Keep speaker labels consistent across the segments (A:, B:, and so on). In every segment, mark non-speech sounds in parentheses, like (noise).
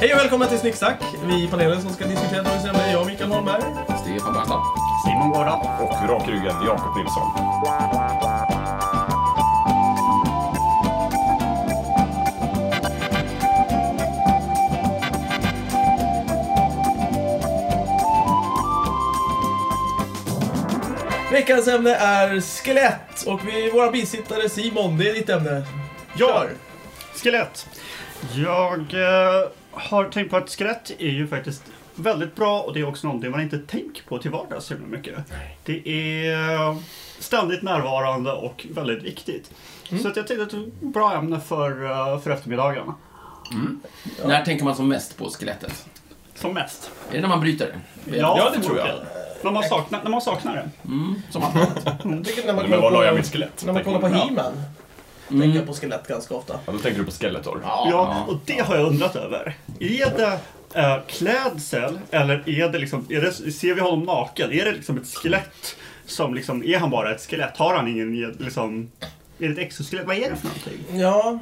A: Hej och välkomna till Snicksnack. Vi i panelen som ska diskutera dagens ämne är jag, Mikael Holmberg.
B: Stefan Bernhardsson.
A: Simon Gårda.
C: och rakryggen Jakob Nilsson.
A: Veckans ämne är skelett och vi våra bisittare Simon, det är ditt ämne.
D: Ja,
A: Kör.
D: skelett. Jag eh, har tänkt på att skelett är ju faktiskt väldigt bra och det är också någonting man inte tänker på till vardags så himla mycket. Det är eh, ständigt närvarande och väldigt viktigt. Så att jag tänkte att det är ett bra ämne för, eh, för eftermiddagen.
B: När tänker man som mest på skelettet?
D: Som mest.
B: Är det när man bryter det?
C: Ja, det tror jag.
D: När man saknar, när man saknar det.
B: Mm, som allt annat.
A: Vilket när man
C: Men var la jag mitt
A: kollar
C: skelett?
A: på, när man kollar på
C: Tänker du?
A: He-Man. Tänker jag på skelett ganska ofta.
C: Ja, då tänker du på Skeletor.
D: Ja, och det har jag undrat över. Är det eh, klädsel eller är det liksom, är det, ser vi honom naken? Är det liksom ett skelett? Som liksom, är han bara ett skelett? Har han ingen, liksom, är det ett exoskelett? Vad är det för någonting?
A: Ja,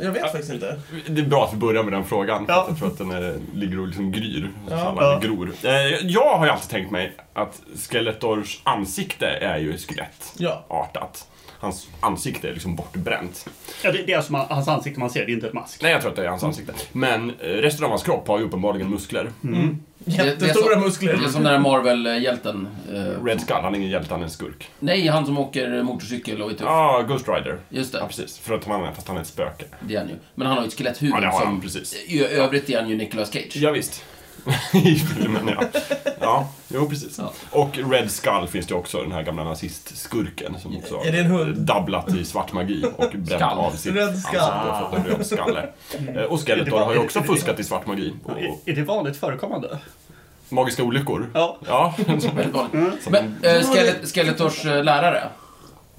A: jag vet faktiskt inte.
C: Det är bra att vi börjar med den frågan.
D: Ja.
C: Jag tror att den är, ligger och liksom gryr.
A: Ja.
C: Ja.
D: Ja.
C: gror. Eh, jag har ju alltid tänkt mig att Skeletors ansikte är ju
A: Ja.
C: skelettartat. Hans ansikte är liksom bortbränt.
D: Ja, det, det är alltså man, hans ansikte man ser, det är inte ett mask.
C: Nej, jag tror att det är hans
A: Mm.
C: ansikte. Men eh, resten av hans kropp har ju uppenbarligen muskler.
A: Mm.
C: Mm.
A: Jättestora
B: som-
A: muskler.
B: Det är som den där Marvel-hjälten. eh,
C: Red Skull, han är ingen hjälte, han är en skurk.
B: Nej, han som åker motorcykel och är tuff.
C: Ja, ah, Ghost Rider.
B: Just det.
C: Ja, precis. För att han är, fast han är ett spöke.
B: Det är han ju. Men han har ju ett skeletthuvud
C: Ja, det har
B: som...
C: han, precis.
B: I övrigt är han ju Nicolas Cage.
C: Ja, visst. (laughs) I filmen, ja. Ja, jo precis.
B: Ja.
C: Och Red Skull finns det också, den här gamla nazistskurken som också
A: Är det en hund?
C: dabblat i svart magi och bränt
B: Skall.
C: av sitt
A: Red
C: ansikte
A: Skull. Mm.
C: och fått en röd skalle. Eh, Och Skeletor har ju också fuskat i svart magi. Och
D: Är, är det vanligt förekommande?
C: magiska olyckor.
D: Ja.
C: Ja.
B: Väldigt vanligt.
C: Mm.
B: Men eh, Skelet, Skeletors eh, lärare,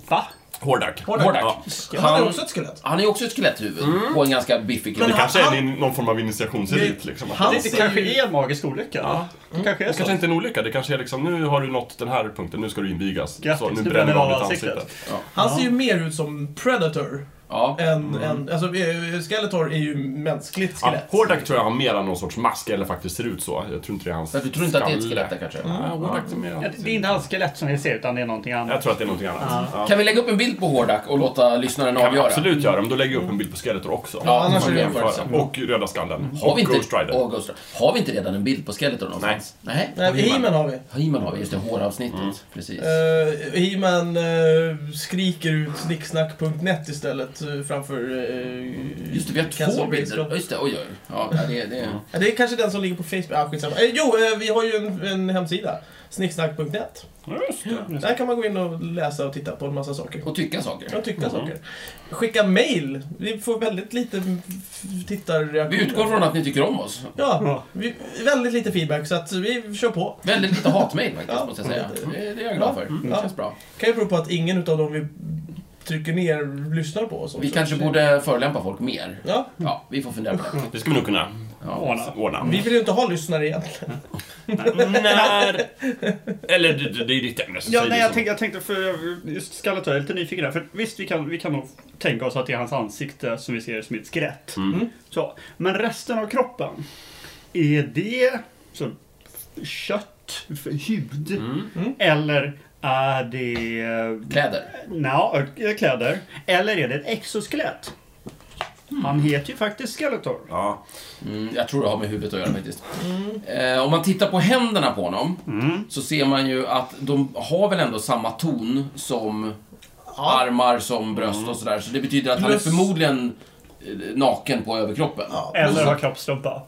D: Va?
C: Hårdak.
B: Hordak,
C: Ja.
A: Han har
B: han-
A: också ett skelett.
B: han är ju också ett skeletthuvud.
C: Mm.
B: På en ganska biffig
C: Det
B: kille.
C: kanske är
A: han-
C: din, någon form av initiationselit
A: Det-
C: liksom. Att
A: han-
C: det-
D: Det, det kanske är en magisk olycka? Det kanske är
C: det
D: så.
C: kanske inte är en olycka, det kanske är liksom nu har du nått den här punkten, nu ska du invigas.
D: Grattis,
C: så nu
D: du
C: bränner vi av
D: bränner
C: ditt
D: av
C: ansikte.
D: ansiktet.
A: Han ser ju mer ut som Predator.
B: Ja.
A: Än, än, alltså, eh, Skeletor är ju mänskligt
C: Ja,
A: skelett.
C: Hordak tror jag har mer än någon sorts mask, eller faktiskt ser ut så. Jag tror inte det är hans
B: För du tror inte att det är ett skelett där
C: skalle.
B: kanske?
C: Ja, Hordak är mer...
D: Ja, det, det är inte hans skelett som vi ser, utan det är någonting annat.
C: Jag tror att det är någonting annat. Ja.
B: Kan vi lägga upp en bild på Hordak och låta lyssnaren
C: kan vi
B: avgöra?
C: absolut göra, men då lägger jag upp en bild på Skeletor också.
B: Ja, annars
C: Som
B: är det
C: jämförelse.
B: jämförelse.
C: Och Röda Skallen.
B: Har
C: och
B: vi, inte,
C: Ghost Rider.
B: Åh, Ghost Rider. har vi inte redan en bild på Skeletor någonstans? Nej.
A: Nej,
B: Och He-Man.
A: He-Man har vi.
B: Ja, He-Man har vi, just det. Håravsnittet. Precis.
A: Uh, He-Man eh, skriker ut snicksnack.net istället eh, framför... eh,
B: Just det, vi har två
A: Castle
B: bilder.
A: Grayskull.
B: Just det, oj, oj. Ja, det, det.
A: Ja, det är kanske den som ligger på Facebook. Ah, skitsamma. Eh, jo, eh, vi har ju en, en hemsida. Snicksnack.net.
C: Just det.
D: Mm.
A: Där kan man gå in och läsa och titta på en massa saker.
B: Och tycka saker.
A: Och tycka saker. Skicka mail. Vi får väldigt lite f-
B: Vi
A: tittarreaktioner.
B: utgår från att ni tycker om oss.
A: Ja, vi, väldigt lite feedback, så att vi kör på.
B: Väldigt lite hatmejl faktiskt,
A: Ja. Mm.
B: måste jag säga. Det, det är jag glad för. Det
A: Ja.
B: känns bra.
A: Kan ju bero på att ingen utav dem vi trycker ner lyssnar på oss.
B: Vi
A: också.
B: kanske borde förolämpa folk mer.
A: Ja,
B: Ja, vi får fundera på det.
C: Det ska vi nog kunna
B: Ja.
D: Ordna. Mm.
C: ordna.
A: vi vill ju inte ha lyssnare egentligen.
D: (laughs)
C: När... Eller det, det- det är ditt ämne, så
D: Ja,
C: säg
D: nej,
C: det
D: jag
C: som-
D: tänkte, jag tänkte för jag- just Skallett är jag lite nyfiken där. För visst, vi kan, vi kan nog tänka oss att det är hans ansikte som vi ser som ett skelett.
C: Mm.
D: Så, men resten av kroppen, är det så, kött, f- hud?
C: Mm.
D: Eller är det
B: Kläder.
D: nja, ö- kläder? Eller är det ett exoskelett?
C: Mm.
D: Han heter ju faktiskt Skeletor.
C: Ja.
B: Mm, jag tror det har med huvudet att göra faktiskt.
A: Mm.
B: Eh, om man tittar på händerna på honom så ser man ju att de har väl ändå samma ton som armar, som bröst och sådär. Så det betyder att han är
A: Plus-
B: förmodligen eh, naken på överkroppen.
A: Ja.
D: Eller har kroppstrumpa.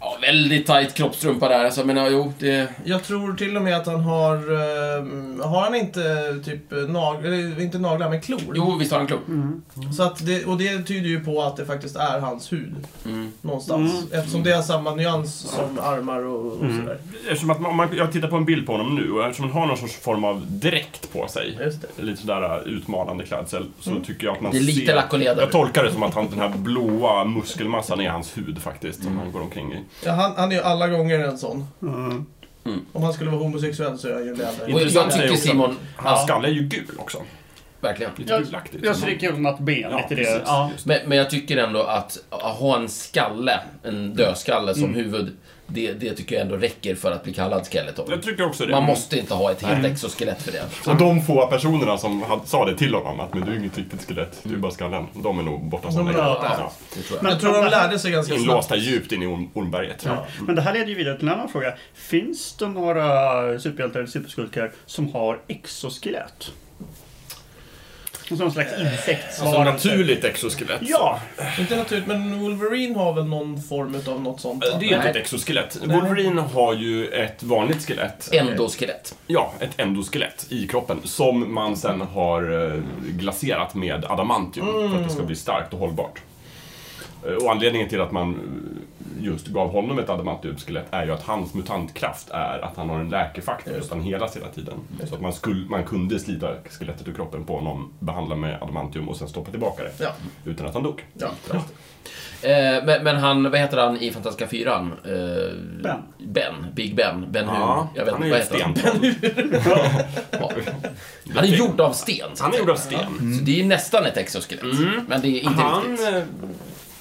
B: Ja, väldigt tajt kroppstrumpa där. Alltså, jag menar, jo, det...
A: Jag tror till och med att han har... eh, har han inte typ naglar, inte naglar, men klor?
B: Jo, visst har han klump.
C: Mm.
A: Så att det, och det tyder ju på att det faktiskt är hans hud.
C: Mm.
A: Någonstans. Eftersom det är samma nyans som armar och, och sådär.
C: Eftersom att man, man- jag tittar på en bild på honom nu och eftersom han har någon sorts form av dräkt på sig.
A: Just det.
C: lite sådär äh, utmanande klädsel så tycker jag att man
B: Mm. Det är lite
C: ser...
B: lack och leder.
C: Jag tolkar det som att han, den här blåa muskelmassan är hans hud faktiskt,
B: Mm.
C: som han går omkring i.
A: Ja, han, han är ju alla gånger en sån.
C: Mm.
A: Om han skulle vara homosexuell så är han ju det.
B: Och jag
C: Intressant är
B: tycker
C: också-
B: Simon...
C: Hans
B: Ja,
C: skalle är ju gul också.
B: verkligen.
C: Lite
D: Jag,
C: gulaktigt.
D: jag stryker undan ett ben
C: Ja,
D: lite i det.
C: precis.
D: Ja.
B: Men, men jag tycker ändå att att ha en skalle, en dödskalle
C: Mm.
B: som huvud, det, det tycker jag ändå räcker för att bli kallad Skeletor.
C: Jag tycker också det.
B: Man måste inte ha ett helt exoskelett för det.
C: Och de få personerna som hade, sa det till honom, att men du är inget riktigt skelett, du är bara skallen. De är nog borta
A: De
C: som
A: är borta.
B: det tror jag.
D: Men-
A: Jag tror de lärde sig ganska snabbt.
C: Inlåsta djupt in i orm, ormberget.
D: Men det här leder ju vidare till en annan fråga. Finns det några superhjältar eller superskurkar som har exoskelett? Någon slags
C: Eh,
D: insektsvarelse?
E: Alltså naturligt exoskelett.
D: Ja!
A: Inte naturligt, men Wolverine har väl någon form av något sånt? va?
C: Det är inte
B: Nej.
C: ett exoskelett. Wolverine har ju ett vanligt skelett.
B: Endoskelett.
C: Ja, ett endoskelett i kroppen som man sen har eh, glaserat med adamantium för att det ska
B: Mm.
C: bli starkt och hållbart. Eh, Och anledningen till att man eh, just gav honom ett adamantiumskelett är ju att hans mutantkraft är att han har en läkefaktor, så att han helas hela tiden. Så att man, skulle, man kunde slita skelettet ur kroppen på honom, behandla med adamantium och sen stoppa tillbaka det
A: Ja.
C: utan att han dog.
A: Ja.
B: Eh, men, men han, vad heter han i Fantastiska fyran? Eh,
D: Ben.
B: Ben. Big Ben. Ben Hur. jag vet
C: han
B: inte,
C: är ju
B: vad heter han?
C: sten.
B: Ja. Han är gjord av sten. så
C: Han
B: att
C: är gjord av
B: säga.
C: sten.
B: Så det är ju nästan ett exoskelett. Men det är inte
C: Mm. Han
B: riktigt.
C: eh,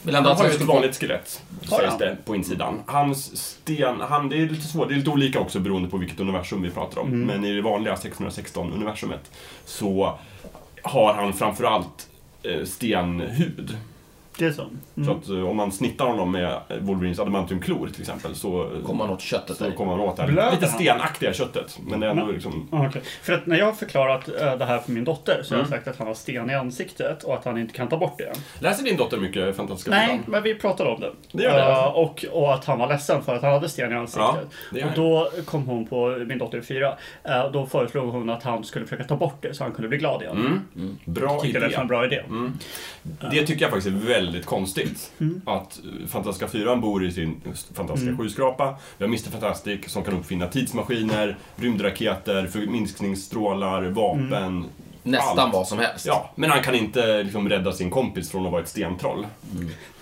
B: Vill ändå
C: Han
B: att
C: har
B: jag
C: ju ett
B: ska få-
C: vanligt skelett,
D: Har
C: sägs
D: han?
C: det, på insidan. Hans sten... Han, det är lite svårt, det är lite olika också beroende på vilket universum vi pratar om. Men i det vanliga 616-universumet så har han framförallt eh, stenhud.
D: Det är så. Mm.
C: Så att eh, om man snittar honom med Wolverines adamantiumklor till exempel så, eh,
B: Kommer man åt köttet
C: så
B: där.
C: kommer man åt det
D: Blöder
C: här lite
D: han? Mm.
C: stenaktiga köttet. Men det är ändå
D: Men-
C: liksom...
D: Ja, Ah, okej. För att när jag har förklarat eh, det här för min dotter så har jag
C: Mm.
D: sagt att han har sten i ansiktet och att han inte kan ta bort det.
C: Läser din dotter mycket Fantastiska
D: Nej,
C: Fyran?
D: men vi pratade om det.
C: Det gör det.
D: Eh, och, och att han var ledsen för att han hade sten i ansiktet.
C: Ja, det gör
D: och då kom hon på, min dotter är fyra, eh, då föreslog hon att han skulle försöka ta bort det så han kunde bli glad
C: Mm.
D: igen.
C: Bra
D: Tyckte
C: idé.
D: det lät
C: Mm.
D: som en bra idé.
C: Det tycker jag faktiskt är väldigt konstigt. Att eh, Fantastiska fyran bor i sin fantastiska skyskrapa. Vi har Mr Fantastic som kan uppfinna tidsmaskiner, rymdraketer, förminskningsstrålar, vapen.
B: Nästan
C: Allt.
B: vad som helst.
C: Ja, men han kan inte liksom rädda sin kompis från att vara ett stentroll.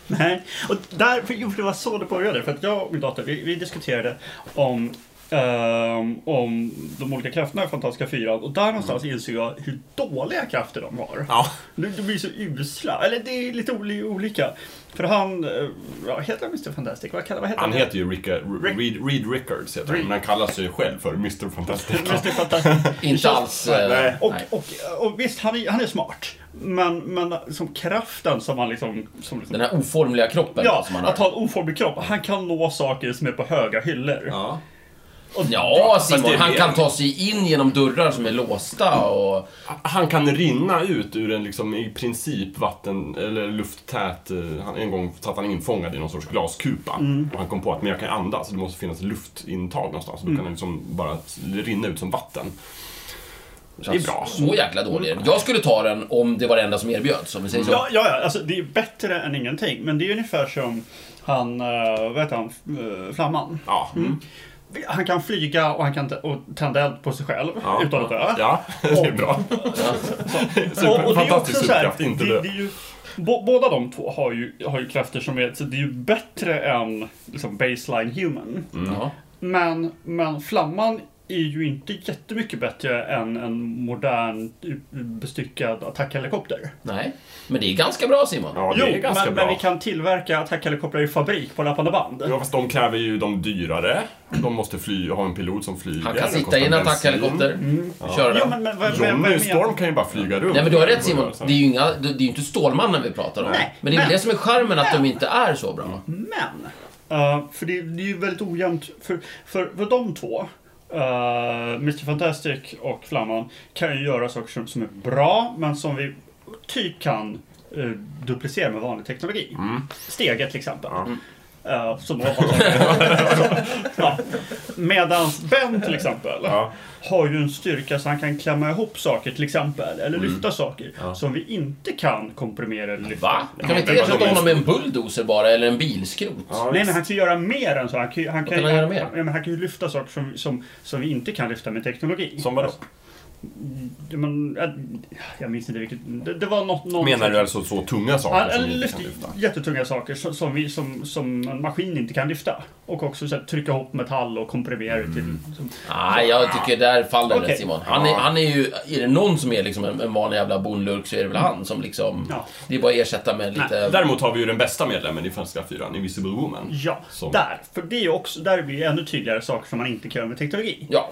D: Nej, och där, för, jo, för det var så det började. För att jag och min dotter, vi, vi diskuterade om, ehm, om de olika krafterna i Fantastiska fyran. Och där någonstans insåg jag hur dåliga krafter de har.
C: Mm. Ja.
D: De, de blir så usla. Eller det är lite oli- olika. För han, eh, ja, heter han Mr Fantastic? Vad kallar vad heter
C: Han heter ju Ricka,
D: Rick-
C: Reed, Reed Rickards, heter han,
D: Reed.
C: men han kallar sig själv för Mr Fantastic.
D: Mr Fantastic.
C: (laughs)
B: Inte alls... eh,
C: Nej.
D: Och,
B: nej.
D: och, och visst, han är, han är smart. Men, men som kraften som han liksom... Som liksom
B: Den här oformliga kroppen
D: ja,
B: som han har.
D: att ha en oformig kropp. Han kan nå saker som är på höga hyllor.
C: Ja.
B: Ja, Simon,
C: det Mm. är
B: han
C: det.
B: kan ta sig in genom dörrar som är låsta och...
C: Han kan rinna ut ur en liksom i princip vatten eller lufttät... eh, Han, en gång satt han infångad i någon sorts glaskupa.
D: Mm.
C: Och han kom på att men jag kan andas, det måste finnas luftintag någonstans. Då
D: Mm.
C: kan han liksom bara rinna ut som vatten. Det är bra. Mm.
B: Så jäkla dålig är den. Jag skulle ta den om det var det enda som erbjöds, om vi säger så.
D: Ja, ja, ja alltså, det är bättre än ingenting. Men det är ungefär som han, uh, vad heter han, eh, Flamman.
C: Ja. Mm.
D: Han kan flyga och han kan t- och tända eld på sig själv
C: Ja.
D: utan att dö.
C: Ja, (laughs) det är bra.
D: Och, och det är också
C: Fantastisk
D: så här,
C: superkraft, inte
D: det, det
C: det.
D: är ju, bå- båda de två har ju, har ju krafter som är, så det är ju bättre än liksom, baseline human.
C: Mm.
B: Mm. Ja.
D: Men, men Flamman är ju inte jättemycket bättre än en modern typ, bestyckad attackhelikopter.
B: Nej. Men det är ganska bra, Simon.
C: Ja, det är ganska
D: men,
C: bra.
D: men vi kan tillverka attackhelikoptrar i fabrik på löpande band.
C: Ja, fast de kräver ju de dyrare. De måste fly, ha en pilot som flyger.
B: Han
C: Det
B: kan sitta
C: kostar
B: i en
C: bensin.
B: attackhelikopter,
C: Mm.
B: köra
D: Jo,
B: den.
D: men, men vad, vad,
C: Johnny
D: vad jag menar...
C: Storm kan ju bara flyga runt.
B: Nej men du har rätt Simon,
C: Alltså.
B: det är ju, inga, det det är ju inte Stålmannen vi pratar om.
D: Nej,
B: men det är väl
D: men-
B: det som är charmen, att de inte är så bra.
D: Men, eh, för det, det är ju väldigt ojämnt. För, för, för de två, eh, Mr Fantastic och Flamman, kan ju göra saker som, som är bra, men som vi typ kan eh, duplicera med vanlig teknologi.
C: Mm.
D: Steget till exempel. Eh, som de har-
C: (laughs)
D: ja. Medans Ben till exempel
C: Ja.
D: har ju en styrka så han kan klämma ihop saker till exempel, eller
C: Mm.
D: lyfta saker som vi inte kan komprimera eller lyfta.
B: Va? Kan vi inte
C: men-
B: ersätta honom med en bulldozer bara, eller en bilskrot?
C: Ja,
D: Nej, men han kan ju göra mer än så. Han kan, ju- han kan,
B: kan han göra mer?
D: Ja, men han kan ju lyfta saker som, som, som vi inte kan lyfta med teknologi. Alltså,
C: Som vadå?
D: Men, jag, jag minns inte riktigt. Det, det var något... något
C: Menar du alltså så tunga saker
D: Han,
C: som ni
D: han
C: inte kan
D: lyfte
C: lyfta?
D: jättetunga saker som, som, vi, som, som en maskin inte kan lyfta. Och också så här, trycka ihop metall och komprimera det
C: Mm.
D: till... Som,
B: Nej, jag tycker där faller det
D: Okej.
B: Simon. Han är, han är ju... Är det någon som är liksom en, en vanlig jävla bonlurk så är det väl han som liksom...
D: Ja.
B: Det är bara att eh, ersätta med lite...
C: Äh, Däremot har vi ju den bästa medlemmen i Fantastiska fyran, Invisible Woman.
D: ja,
C: Som-
D: där. För det är ju också, där blir ju ännu tydligare saker som man inte kan göra med teknologi.
B: Ja.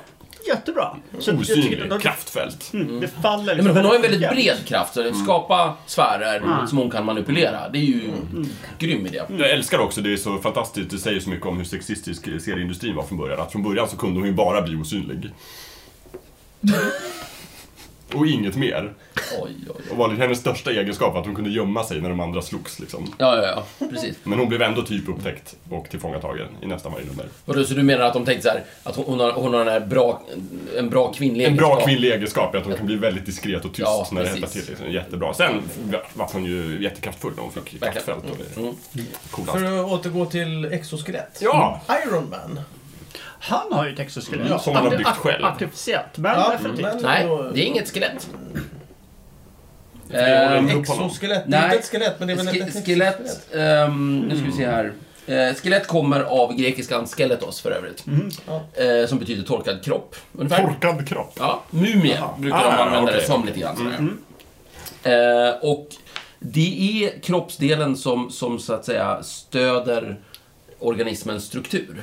D: Jättebra! Så jag tycker att
C: Osynlig,
D: de-
C: kraftfält.
D: Mm, det faller
B: Nej, men hon har ju en väldigt
D: jämnt.
B: bred kraft, så att skapa sfärer som hon kan manipulera. Det är ju en grym idé.
C: Jag älskar också, det är så fantastiskt, det säger så mycket om hur sexistisk serieindustrin var från början. Att från början så kunde hon ju bara bli
D: (laughs)
C: osynlig. Och inget mer.
B: Oj, oj, oj.
C: Och var hennes största egenskap var att hon kunde gömma sig när de andra slogs liksom.
B: Ja, ja, ja. Precis.
C: Men hon blev ändå typ upptäckt och tillfångatagen i nästan varje nummer.
B: Vadå, så du menar att de tänkte så här, att hon, hon, har, hon har den här bra, en bra kvinnlig
C: En bra
B: egenskap?
C: kvinnlig egenskap är att hon kan bli väldigt diskret och tyst
B: Ja,
C: när det
B: precis.
C: hettar till. Liksom. Jättebra. Sen var hon ju jättekraftfull när hon fick
B: Verkligen.
C: kraftfält och blev
B: Mm.
C: coolast.
A: För att återgå till exoskelett.
C: Ja!
A: Iron Man.
D: Han har ju texoskelett.
C: Mm, som han har
D: Arti-
C: byggt själv.
D: Artificiellt, men
A: Ja,
D: definitivt.
A: men-
B: Nej,
A: Då-
B: det är inget skelett.
C: håller
B: Ehm,
C: inte ihop.
A: Exoskelett. Det är
B: Nej.
A: inte ett skelett, men det är väl ett
B: ske-
A: exoskelett.
B: Skelett, ehm, nu ska vi se här. Eh, skelett kommer av grekiskan skeletos för övrigt.
A: Mm. Ja.
B: Eh, som betyder torkad kropp, ungefär.
C: Torkad kropp.
B: Ja, mumie brukar de
C: Ah,
B: använda
C: okej.
B: det som lite grann. sådär. Eh, och det är kroppsdelen som, som så att säga stöder organismens struktur.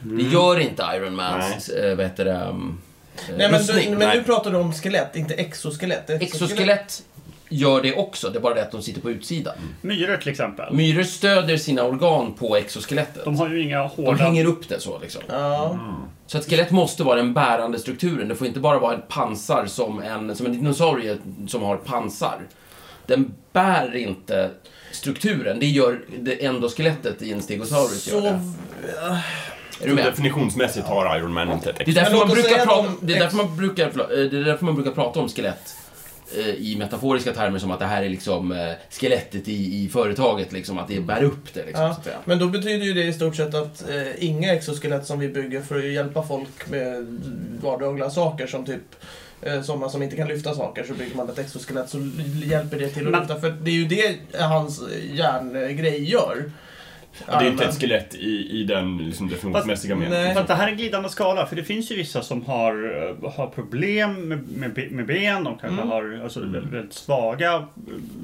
B: Det gör inte Iron Mans, eh, vad heter det, um,
A: Nej, men, du,
B: rustning.
A: men
C: Nej.
A: nu pratar du om skelett, inte exoskelett.
B: Exoskelett gör det också, det är bara det att de sitter på utsidan.
D: Myror till exempel.
B: Myror stöder sina organ på exoskelettet.
D: De har ju inga
B: De
D: hårda...
B: hänger upp det så liksom.
A: Ja.
B: Så att skelett måste vara den bärande strukturen. Det får inte bara vara ett pansar som en, som en dinosaurie som har pansar. Den bär inte strukturen. Det gör det endoskelettet i en stegosaurus.
A: Så,
B: Gör det. Är du med?
C: Definitionsmässigt har Iron Man inte ett
B: Det är
C: extra.
B: därför
A: Men
B: man
A: låt oss
B: brukar
A: säga
B: prata,
A: de-
B: det är därför man brukar, förlåt, eh, det är därför man brukar prata om skelett eh, i metaforiska termer som att det här är liksom eh, skelettet i, i företaget liksom, att det bär upp det liksom,
A: Mm. ja.
B: så att säga.
A: Men då betyder ju det i stort sett att eh, inga exoskelett som vi bygger för att hjälpa folk med vardagliga saker som typ eh, sådana som inte kan lyfta saker så bygger man ett exoskelett så l- hjälper det till att
D: Men-
A: lyfta. För det är ju det hans hjärngrej gör.
C: Det är inte
A: Armen.
C: ett skelett i, i den liksom, definitionsmässiga
A: Fast-
C: meningen.
A: nej.
D: För att det här är en glidande skala, för det finns ju vissa som har, eh, har problem med, med, be- med ben, de kanske
A: Mm.
D: har alltså, väldigt, väldigt svaga, eh,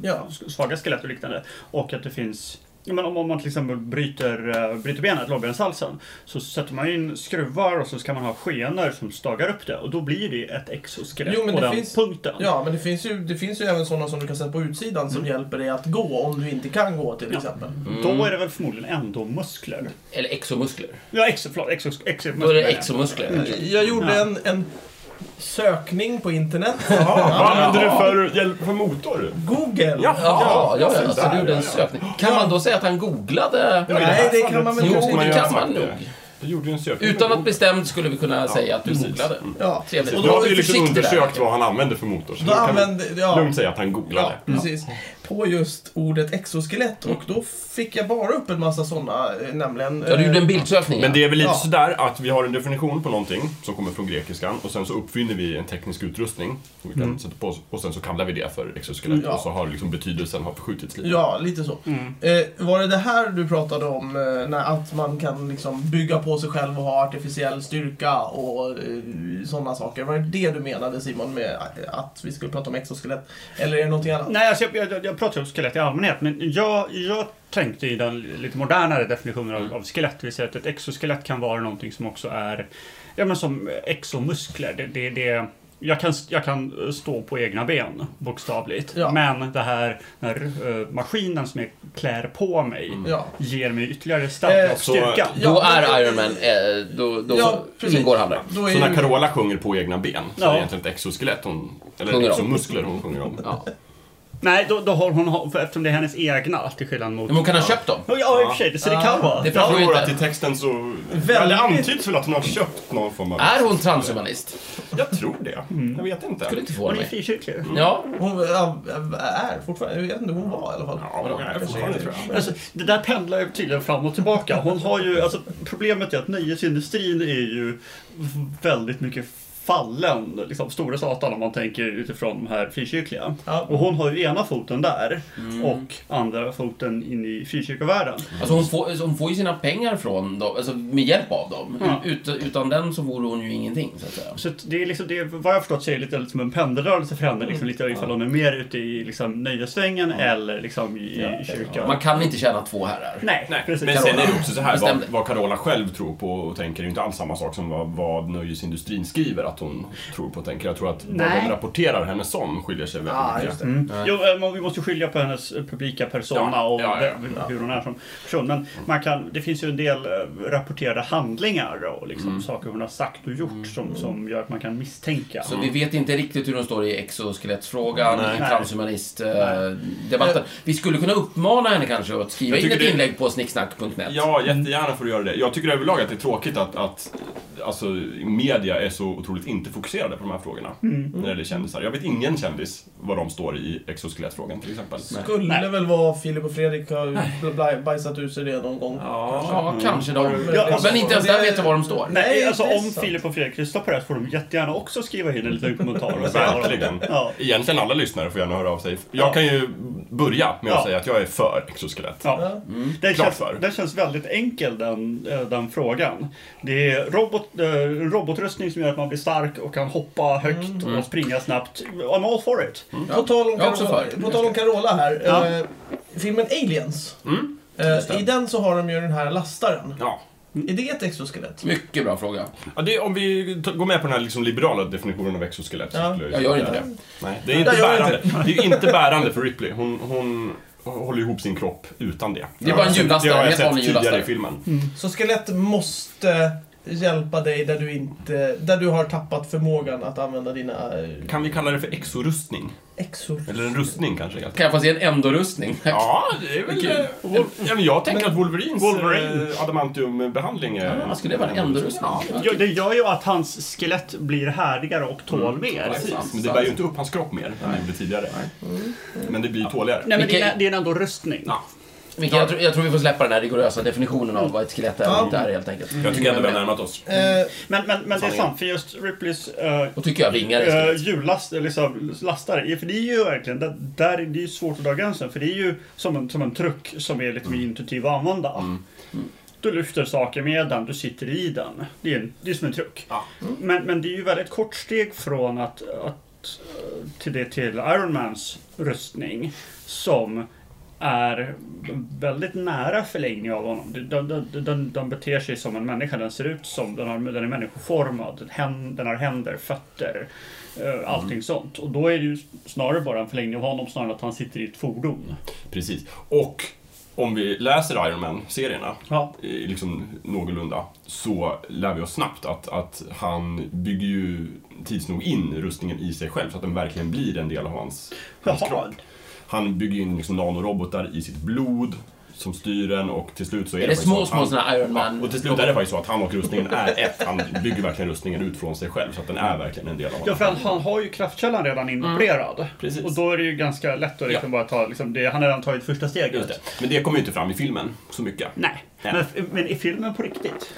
A: Ja.
D: s- svaga skelett och liknande. Och att det finns ja, men om om man till exempel bryter, eh, bryter benet, lårbenshalsen, så sätter man in skruvar och så ska man ha skenor som stagar upp det och då blir det ett exoskelett
A: Jo, men
D: på
A: det
D: den
A: finns-
D: punkten.
A: Ja, men det finns, ju, det finns ju även sådana som du kan sätta på utsidan som
B: Mm.
A: hjälper dig att gå om du inte kan gå till
D: Ja.
A: exempel.
D: Då är det väl förmodligen ändå muskler.
B: Eller exomuskler.
D: Ja, exo, förlåt, exo, exo,
B: Då är det exomuskler.
A: Jag gjorde en, en sökning på internet.
C: Vad använder du för hjälp för motor?
A: (laughs) Google!
B: Ja, alltså, ja, ja, så
C: där,
B: du gjorde en
C: ja, ja.
B: sökning. Kan man då säga att han googlade?
C: Ja, i
A: Nej,
C: här
A: det
C: fallet
A: kan man väl
C: så
B: Jo,
A: kanske
C: måste
B: det
C: ju
B: kan
C: exakt
B: man
C: det.
B: nog.
C: Du gjorde ju en sökning.
B: Utan att bestämt skulle vi kunna säga att du
C: precis.
B: googlade.
A: Ja.
B: Trevligt.
C: Du
B: Och då var
C: hade
B: vi
C: ju liksom
B: försiktiga där.
C: undersökt vad han använde för motor. Så
A: Då
C: du kan
A: använde, ja,
C: lugnt säga att han googlade.
A: ja, precis. På just ordet exoskelett och då fick jag bara upp en massa sådana, eh, nämligen...
B: Ja, du gjorde en
A: eh,
B: bildsökning.
C: Men det är väl lite
A: Ja.
C: sådär att vi har en definition på någonting som kommer från grekiskan och sen så uppfinner vi en teknisk utrustning som vi kan sätta på oss och sen så kallar vi det för exoskelett
A: Mm. Ja.
C: och så har liksom betydelsen har förskjutits lite.
A: Ja, lite så. Eh, var det det här du pratade om, eh, när, att man kan liksom bygga på sig själv och ha artificiell styrka och eh, sådana saker? Var det det du menade Simon med eh, att vi skulle prata om exoskelett? Eller är det någonting annat?
D: Nej, alltså jag, jag, jag pratar ju om skelett i allmänhet, men jag, jag tänkte i den lite modernare definitionen av, av skelett, det vill säga att ett exoskelett kan vara någonting som också är, ja men som exomuskler. Det, det, det, jag, kan, jag kan stå på egna ben, bokstavligt,
A: Ja.
D: men det här, den här eh, maskinen som jag klär på mig
A: Ja.
D: ger mig ytterligare stadga
A: Eh,
D: och
C: så-
D: styrka.
B: Då
A: Ja, men-
B: är Iron Man, eh, då, då
A: Ja, precis.
B: ingår han där.
A: Då är
C: Så när
A: ju-
C: Carola sjunger på egna ben så
D: Ja.
C: är det egentligen ett exoskelett hon, eller
B: Sjunger om.
C: exomuskler hon sjunger om.
B: Ja.
D: Nej, då, då har hon, för eftersom det är hennes egna, till skillnad mot...
B: Men hon kan ha köpt dem.
D: Ja, i och för sig, det- så det kan vara.
B: Det
C: Jag
B: framgår
C: tror att i
B: inte.
C: texten så...
A: Väldigt-
C: Det antyds väl att hon har köpt någon form av...
B: Är hon transhumanist?
C: Jag tror det.
A: Mm.
C: Jag vet
B: Skulle
C: inte.
B: inte
D: Hon
B: förvåna
D: är
B: mig.
D: frikyrklig.
B: Ja,
A: Hon ja, är fortfarande, jag vet inte hon var i alla fall.
C: Ja, hon är fortfarande tror jag.
D: Alltså, det där pendlar ju tydligen fram och tillbaka. Hon har ju, alltså, problemet är att nöjesindustrin är ju väldigt mycket fallen, liksom, store satan om man tänker utifrån de här frikyrkliga.
A: Ja.
D: Och hon har ju ena foten där
C: Mm.
D: och andra foten in i frikyrkovärlden.
B: Alltså hon får, alltså hon får ju sina pengar från dem, alltså med hjälp av dem.
D: Ja.
B: Ut, utan den så vore hon ju ingenting, så att säga.
D: Så att det är liksom, det, är- vad jag har förstått så är det lite som en pendelrörelse för henne. Liksom, lite ifall hon är mer ute i liksom, nöjessvängen eller liksom i i kyrkan.
B: Man kan inte tjäna två herrar.
D: Nej,
C: Nej,
D: precis.
C: men sen är det också så här, vad,
B: Bestämde.
C: vad Carola själv tror på och tänker är ju inte alls samma sak som vad, vad nöjesindustrin skriver att hon tror på och tänker. Jag tror att vad
D: Nej.
C: de rapporterar henne som skiljer sig väldigt
A: Ja, just
C: mycket.
A: det.
D: Mm. Jo, eh, man- vi måste ju skilja på hennes eh, publika persona
C: Ja,
D: och
C: ja, ja,
D: vem- hur hon är som person. Men man kan, det finns ju en del eh, rapporterade handlingar och liksom
C: Mm.
D: saker hon har sagt och gjort som, som gör att man kan misstänka.
B: Så vi
C: Mm.
B: vet inte riktigt hur de står i exoskelettsfrågan, i
D: Nej.
B: transhumanistdebatten. Vi skulle kunna uppmana henne kanske att skriva
C: Jag
B: in ett
C: tycker det-
B: inlägg på snicksnack.net.
C: Ja, jättegärna får du göra det. Jag tycker överlag att det är tråkigt att, att alltså, media är så otroligt inte fokuserade på de här frågorna.
D: Mm.
C: När det gäller kändisar. Jag vet ingen kändis vad de står i exoskelettfrågan till exempel.
A: Skulle
D: Nej.
A: väl vara Filip och Fredrik har ju bla- bla- bajsat ur sig det någon gång.
B: Ja, kanske de.
C: Mm.
A: Ja,
D: alltså,
B: men inte ens där vet jag var de står.
D: Nej,
A: Nej,
D: alltså
A: det är
D: om
A: sant.
D: Filip och Fredrik lyssnar på det här så får de jättegärna också skriva in en
C: (laughs)
D: liten kommentar. Och säga vad de-
C: Verkligen.
D: Ja.
C: Egentligen alla lyssnare får gärna höra av sig. Jag kan ju börja med att
D: Ja.
C: säga att jag är för exoskelett.
D: Ja. Den,
C: Klart
D: känns,
C: för.
D: den känns väldigt enkel den, eh, den frågan. Det är robot, eh, robotrustning som gör att man blir stark och kan hoppa
C: Mm.
D: högt och springa snabbt. I'm all for it.
A: På tal om,
B: Jag är också
A: Carola,
B: för.
A: på tal om Carola här.
D: Ja.
A: Eh, filmen Aliens. Eh,
B: Just det.
A: I den så har de ju den här lastaren.
C: Mm. Ja.
A: Är det ett exoskelett?
B: Mycket bra fråga.
C: Ja, det, om vi t- går med på den här liksom liberala definitionen av exoskelett så
A: Ja.
C: skulle
B: Jag gör inte det.
C: Nej, det är inte
A: Nej, jag gör
C: bärande. Det är ju inte bärande för Ripley. Hon, hon håller ihop sin kropp utan det. alltså,
B: Det är bara en
C: Det
B: hjullastare,
C: har
B: en
C: jag
B: helt vanlig
C: sett tidigare i
B: hjullastare.
C: filmen.
A: Så skelett måste hjälpa dig där du, inte, där du har tappat förmågan att använda dina eh,
C: Kan vi kalla det för exorustning?
A: exo...
C: Eller en rustning kanske? helt
B: Kan jag få se en ändorustning?
C: Ja, det är väl...
B: Kul.
C: eh, Vol- Ja, men jag tänker att Wolverines
D: Wolverine.
C: eh, adamantiumbehandling är...
B: (laughs) Ja, skulle det vara en ändorustning?
D: Jo, det gör ju att hans skelett blir härdigare och tål mer.
C: Precis, men Mm. det bär ju inte upp hans kropp mer än det gjorde tidigare. Men det blir tåligare.
D: Nej, men
B: Vilka-
D: det, är, det är ändå rustning.
C: Ja.
B: Mikael, jag, tror, jag tror vi får släppa den här rigorösa definitionen av vad ett skelett är och inte är helt enkelt.
C: Jag tycker ändå vi har närmat oss.
A: Eh,
D: Men, men, men det är
C: Sanningen.
D: sant, för just Ripleys eh,
B: Och tycker jag vingar ett
D: Uh,
B: skelett.
D: jullast, liksom, lastare. Ja, För det är ju verkligen, där, där är det ju svårt att dra gränsen. För det är ju som en, som en truck som är lite mer
C: Mm.
D: intuitiv att använda. Du lyfter saker med den, du sitter i den. Det är, en, det är som en truck.
C: Ja.
D: Men, men det är ju väldigt kort steg från att, att eh, till det till Ironmans rustning som är väldigt nära förlängning av honom. Den, den, den, den beter sig som en människa, den ser ut som, den, har, den är människoformad, den, hän- den har händer, fötter, eh, allting
C: Mm.
D: sånt. Och då är det ju snarare bara en förlängning av honom snarare än att han sitter i ett fordon.
C: Precis. Och om vi läser Iron Man-serierna,
D: Ja.
C: eh, liksom någorlunda, så lär vi oss snabbt att, att han bygger ju tids nog in rustningen i sig själv så att den verkligen blir en del av hans, hans
D: Jaha.
C: kropp. Han bygger in liksom nanorobotar i sitt blod som styr den och till slut så är,
B: det
C: faktiskt
B: små,
C: så att
B: små
C: han-
B: såna här Iron
C: Ja,
B: Man-
C: Och till slut är det faktiskt så att han och rustningen är ett. Han bygger verkligen rustningen ut från sig själv så att den är verkligen en del av honom.
D: Ja, för han, han har ju kraftkällan redan inopererad.
C: Precis.
D: Och då är det ju ganska lätt att liksom bara ta, liksom, det, han har redan tagit första steget.
C: Just det. Men det kommer ju inte fram i filmen så mycket.
D: Nej,
C: Nej.
D: Men, men är filmen
C: (laughs)
D: på riktigt?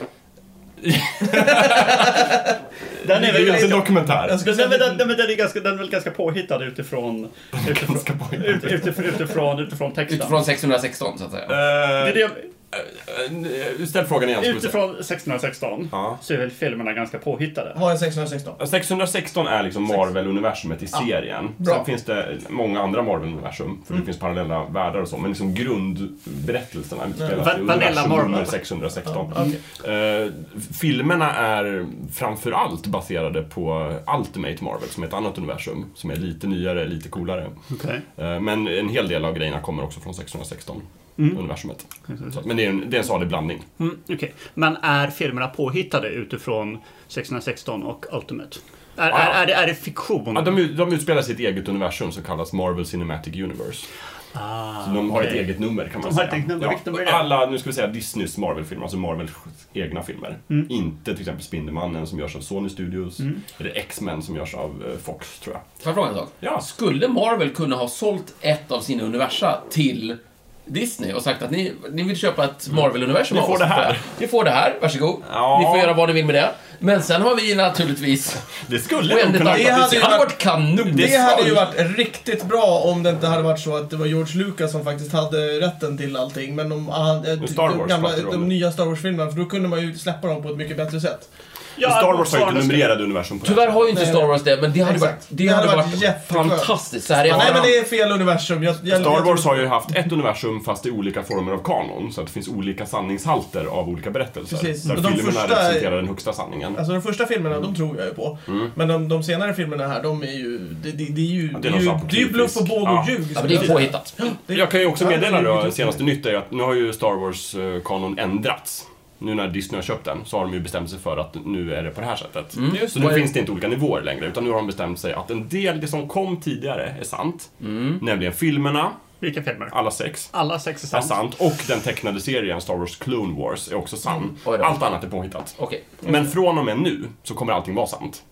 D: den
C: Det
D: är
C: är
D: väl Alltså,
C: ju inte en
D: ganska...
C: dokumentär.
A: jag skulle
D: Den,
A: säga
D: den, den, den, den, är ganska, den är väl ganska påhittad utifrån, utifrån,
C: Ganska påhittad.
D: ut, utifrån, utifrån, utifrån texten.
B: Utifrån 616, så att säga.
D: det
C: Eh,
D: är det,
C: Eh, Ställ frågan igen. ska vi se.
D: utifrån 1616
C: Ja.
D: så är väl filmerna ganska påhittade.
A: vad är 616?
C: 616 är liksom Marvel-universumet i serien.
A: bra.
C: Sen finns det många andra Marvel-universum, för
D: Mm.
C: det finns parallella världar och så. Men liksom grundberättelserna utspelas i
D: Va- Vanilla
C: universum
D: Marvel.
C: nummer 616. Eh, filmerna är framförallt baserade på Ultimate Marvel, som är ett annat universum. Som är lite nyare, lite coolare.
D: Okej.
C: Eh, men en hel del av grejerna kommer också från 616. Universumet. Så, men det är en, det är en salig blandning.
D: Mm, okej. Men är filmerna påhittade utifrån 1616 och Ultimate? Är,
C: Ja.
D: är, är, det, är det fiktion?
C: Ja, de, ut- de utspelar sitt eget universum som kallas Marvel Cinematic Universe.
D: Ah,
C: Så de har
D: okej.
C: ett eget nummer kan man
D: De har
C: säga.
D: ett eget nummer. Vilket nummer är det?
C: Alla, nu ska vi säga Disneys Marvel-filmer, alltså Marvels egna filmer.
D: Mm.
C: Inte till exempel Spindelmannen som görs av Sony Studios, eller X-Men som görs av eh, Fox, tror jag.
B: Får jag fråga en sak?
C: Ja.
B: Skulle Marvel kunna ha sålt ett av sina universa till Disney och sagt att ni, ni vill köpa ett Marvel-universum
C: Ni
B: av
C: får
B: oss,
C: det här.
B: så att säga. Ni får det här, varsågod.
C: Ja.
B: Ni får göra vad ni vill med det. Men sen har vi naturligtvis
C: Det skulle de
B: oändligt
C: kunna...
A: Det hade
B: Det
A: ju
B: hade
A: varit-
B: varit kanon.
A: Det
C: Det
A: hade ju
C: sa-
A: varit riktigt bra om det inte hade varit så att det var George Lucas som faktiskt hade rätten till allting. Men om han, eh,
C: Star Wars
A: de, gamla,
C: pratar du om
A: de
C: nu.
A: nya Star Wars-filmerna, för då kunde man ju släppa dem på ett mycket bättre sätt.
D: Ja,
C: Star Wars har ju inte
D: motsvarande-
C: numrerade universum på det här
B: Tyvärr har ju inte
A: Nej.
B: Star Wars det, men det hade
A: Exakt.
B: varit, det hade varit
A: jätteskönt.
B: fantastiskt. Så här i
A: Ja, nej men
B: efterhand.
A: det är fel universum. Jag, jag,
C: Star
A: jag,
C: Wars har ju haft ett universum fast i olika former av kanon, så att det finns olika sanningshalter av olika berättelser.
A: Precis.
C: Där
A: Och de
C: filmerna
A: första-
C: representerar den högsta sanningen.
A: Alltså de första filmerna, de tror jag ju på. Men de, de senare filmerna här, de är ju... Det, det, det är ju...
C: Mm. är
A: Det är
C: någon
A: ju
C: sån här
A: det är ju bluff och
C: politisk-
A: båg
C: ja.
A: och ljug.
B: Ja,
A: som
B: men det är
A: det är.
B: påhittat.
A: Det-
C: Jag kan ju också
A: Ja,
C: meddela
A: det är
C: då,
A: ju-
C: senaste nytt är ju att nu har ju Star Wars-kanon ändrats. Nu när Disney har köpt den så har de ju bestämt sig för att nu är det på det här sättet. Så nu
B: Vad är-
C: finns det inte olika nivåer längre, utan nu har de bestämt sig att en del, det som kom tidigare, är sant. Nämligen filmerna,
D: Vilka filmer?
C: alla sex,
D: Alla sex är
C: är
D: sant.
C: sant. Och den tecknade serien Star Wars Clone Wars är också sann.
B: Oj då.
C: Allt annat är påhittat.
B: Okej.
C: Men från och med nu så kommer allting vara sant.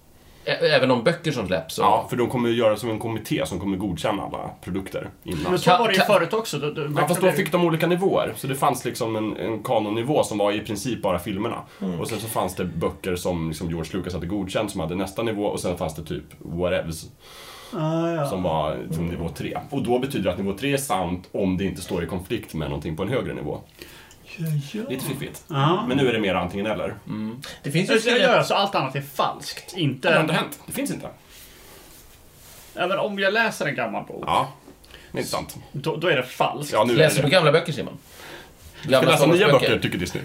B: Ä- Även de böcker som släpps. Så.
C: Ja, för de kommer ju göra som en kommitté som kommer godkänna alla produkter innan.
D: Men så
B: Kan-
D: var det ju
B: kan-
D: förut också. Det, det,
C: Ja, fast då fick de olika nivåer. Så det fanns liksom en, en kanonnivå som var i princip bara filmerna.
D: Mm.
C: Och sen så fanns det böcker som liksom George Lucas hade godkänt som hade nästa nivå och sen fanns det typ whatevs
D: Ah, ja.
C: som var liksom nivå 3. Och då betyder det att nivå 3 är sant om det inte står i konflikt med någonting på en högre nivå.
D: Ja, ja.
C: Lite fiffigt.
D: Ja.
C: Men nu är det mer antingen eller.
B: Mm.
A: Det finns ju
D: Så, ja,
A: skelet.
D: ja, så allt annat är falskt?
C: Det har inte
D: Inte...
C: hänt. Det finns inte.
D: Eller om jag läser en gammal bok,
C: Ja. Det är inte sant.
D: då, då är det falskt.
C: Ja, nu är
B: Läser du
C: det.
B: gamla böcker Simon?
C: Jag ska
B: Gamla
C: läsa
B: Star
C: nya
B: Wars-böcker.
C: böcker, tycker Disney.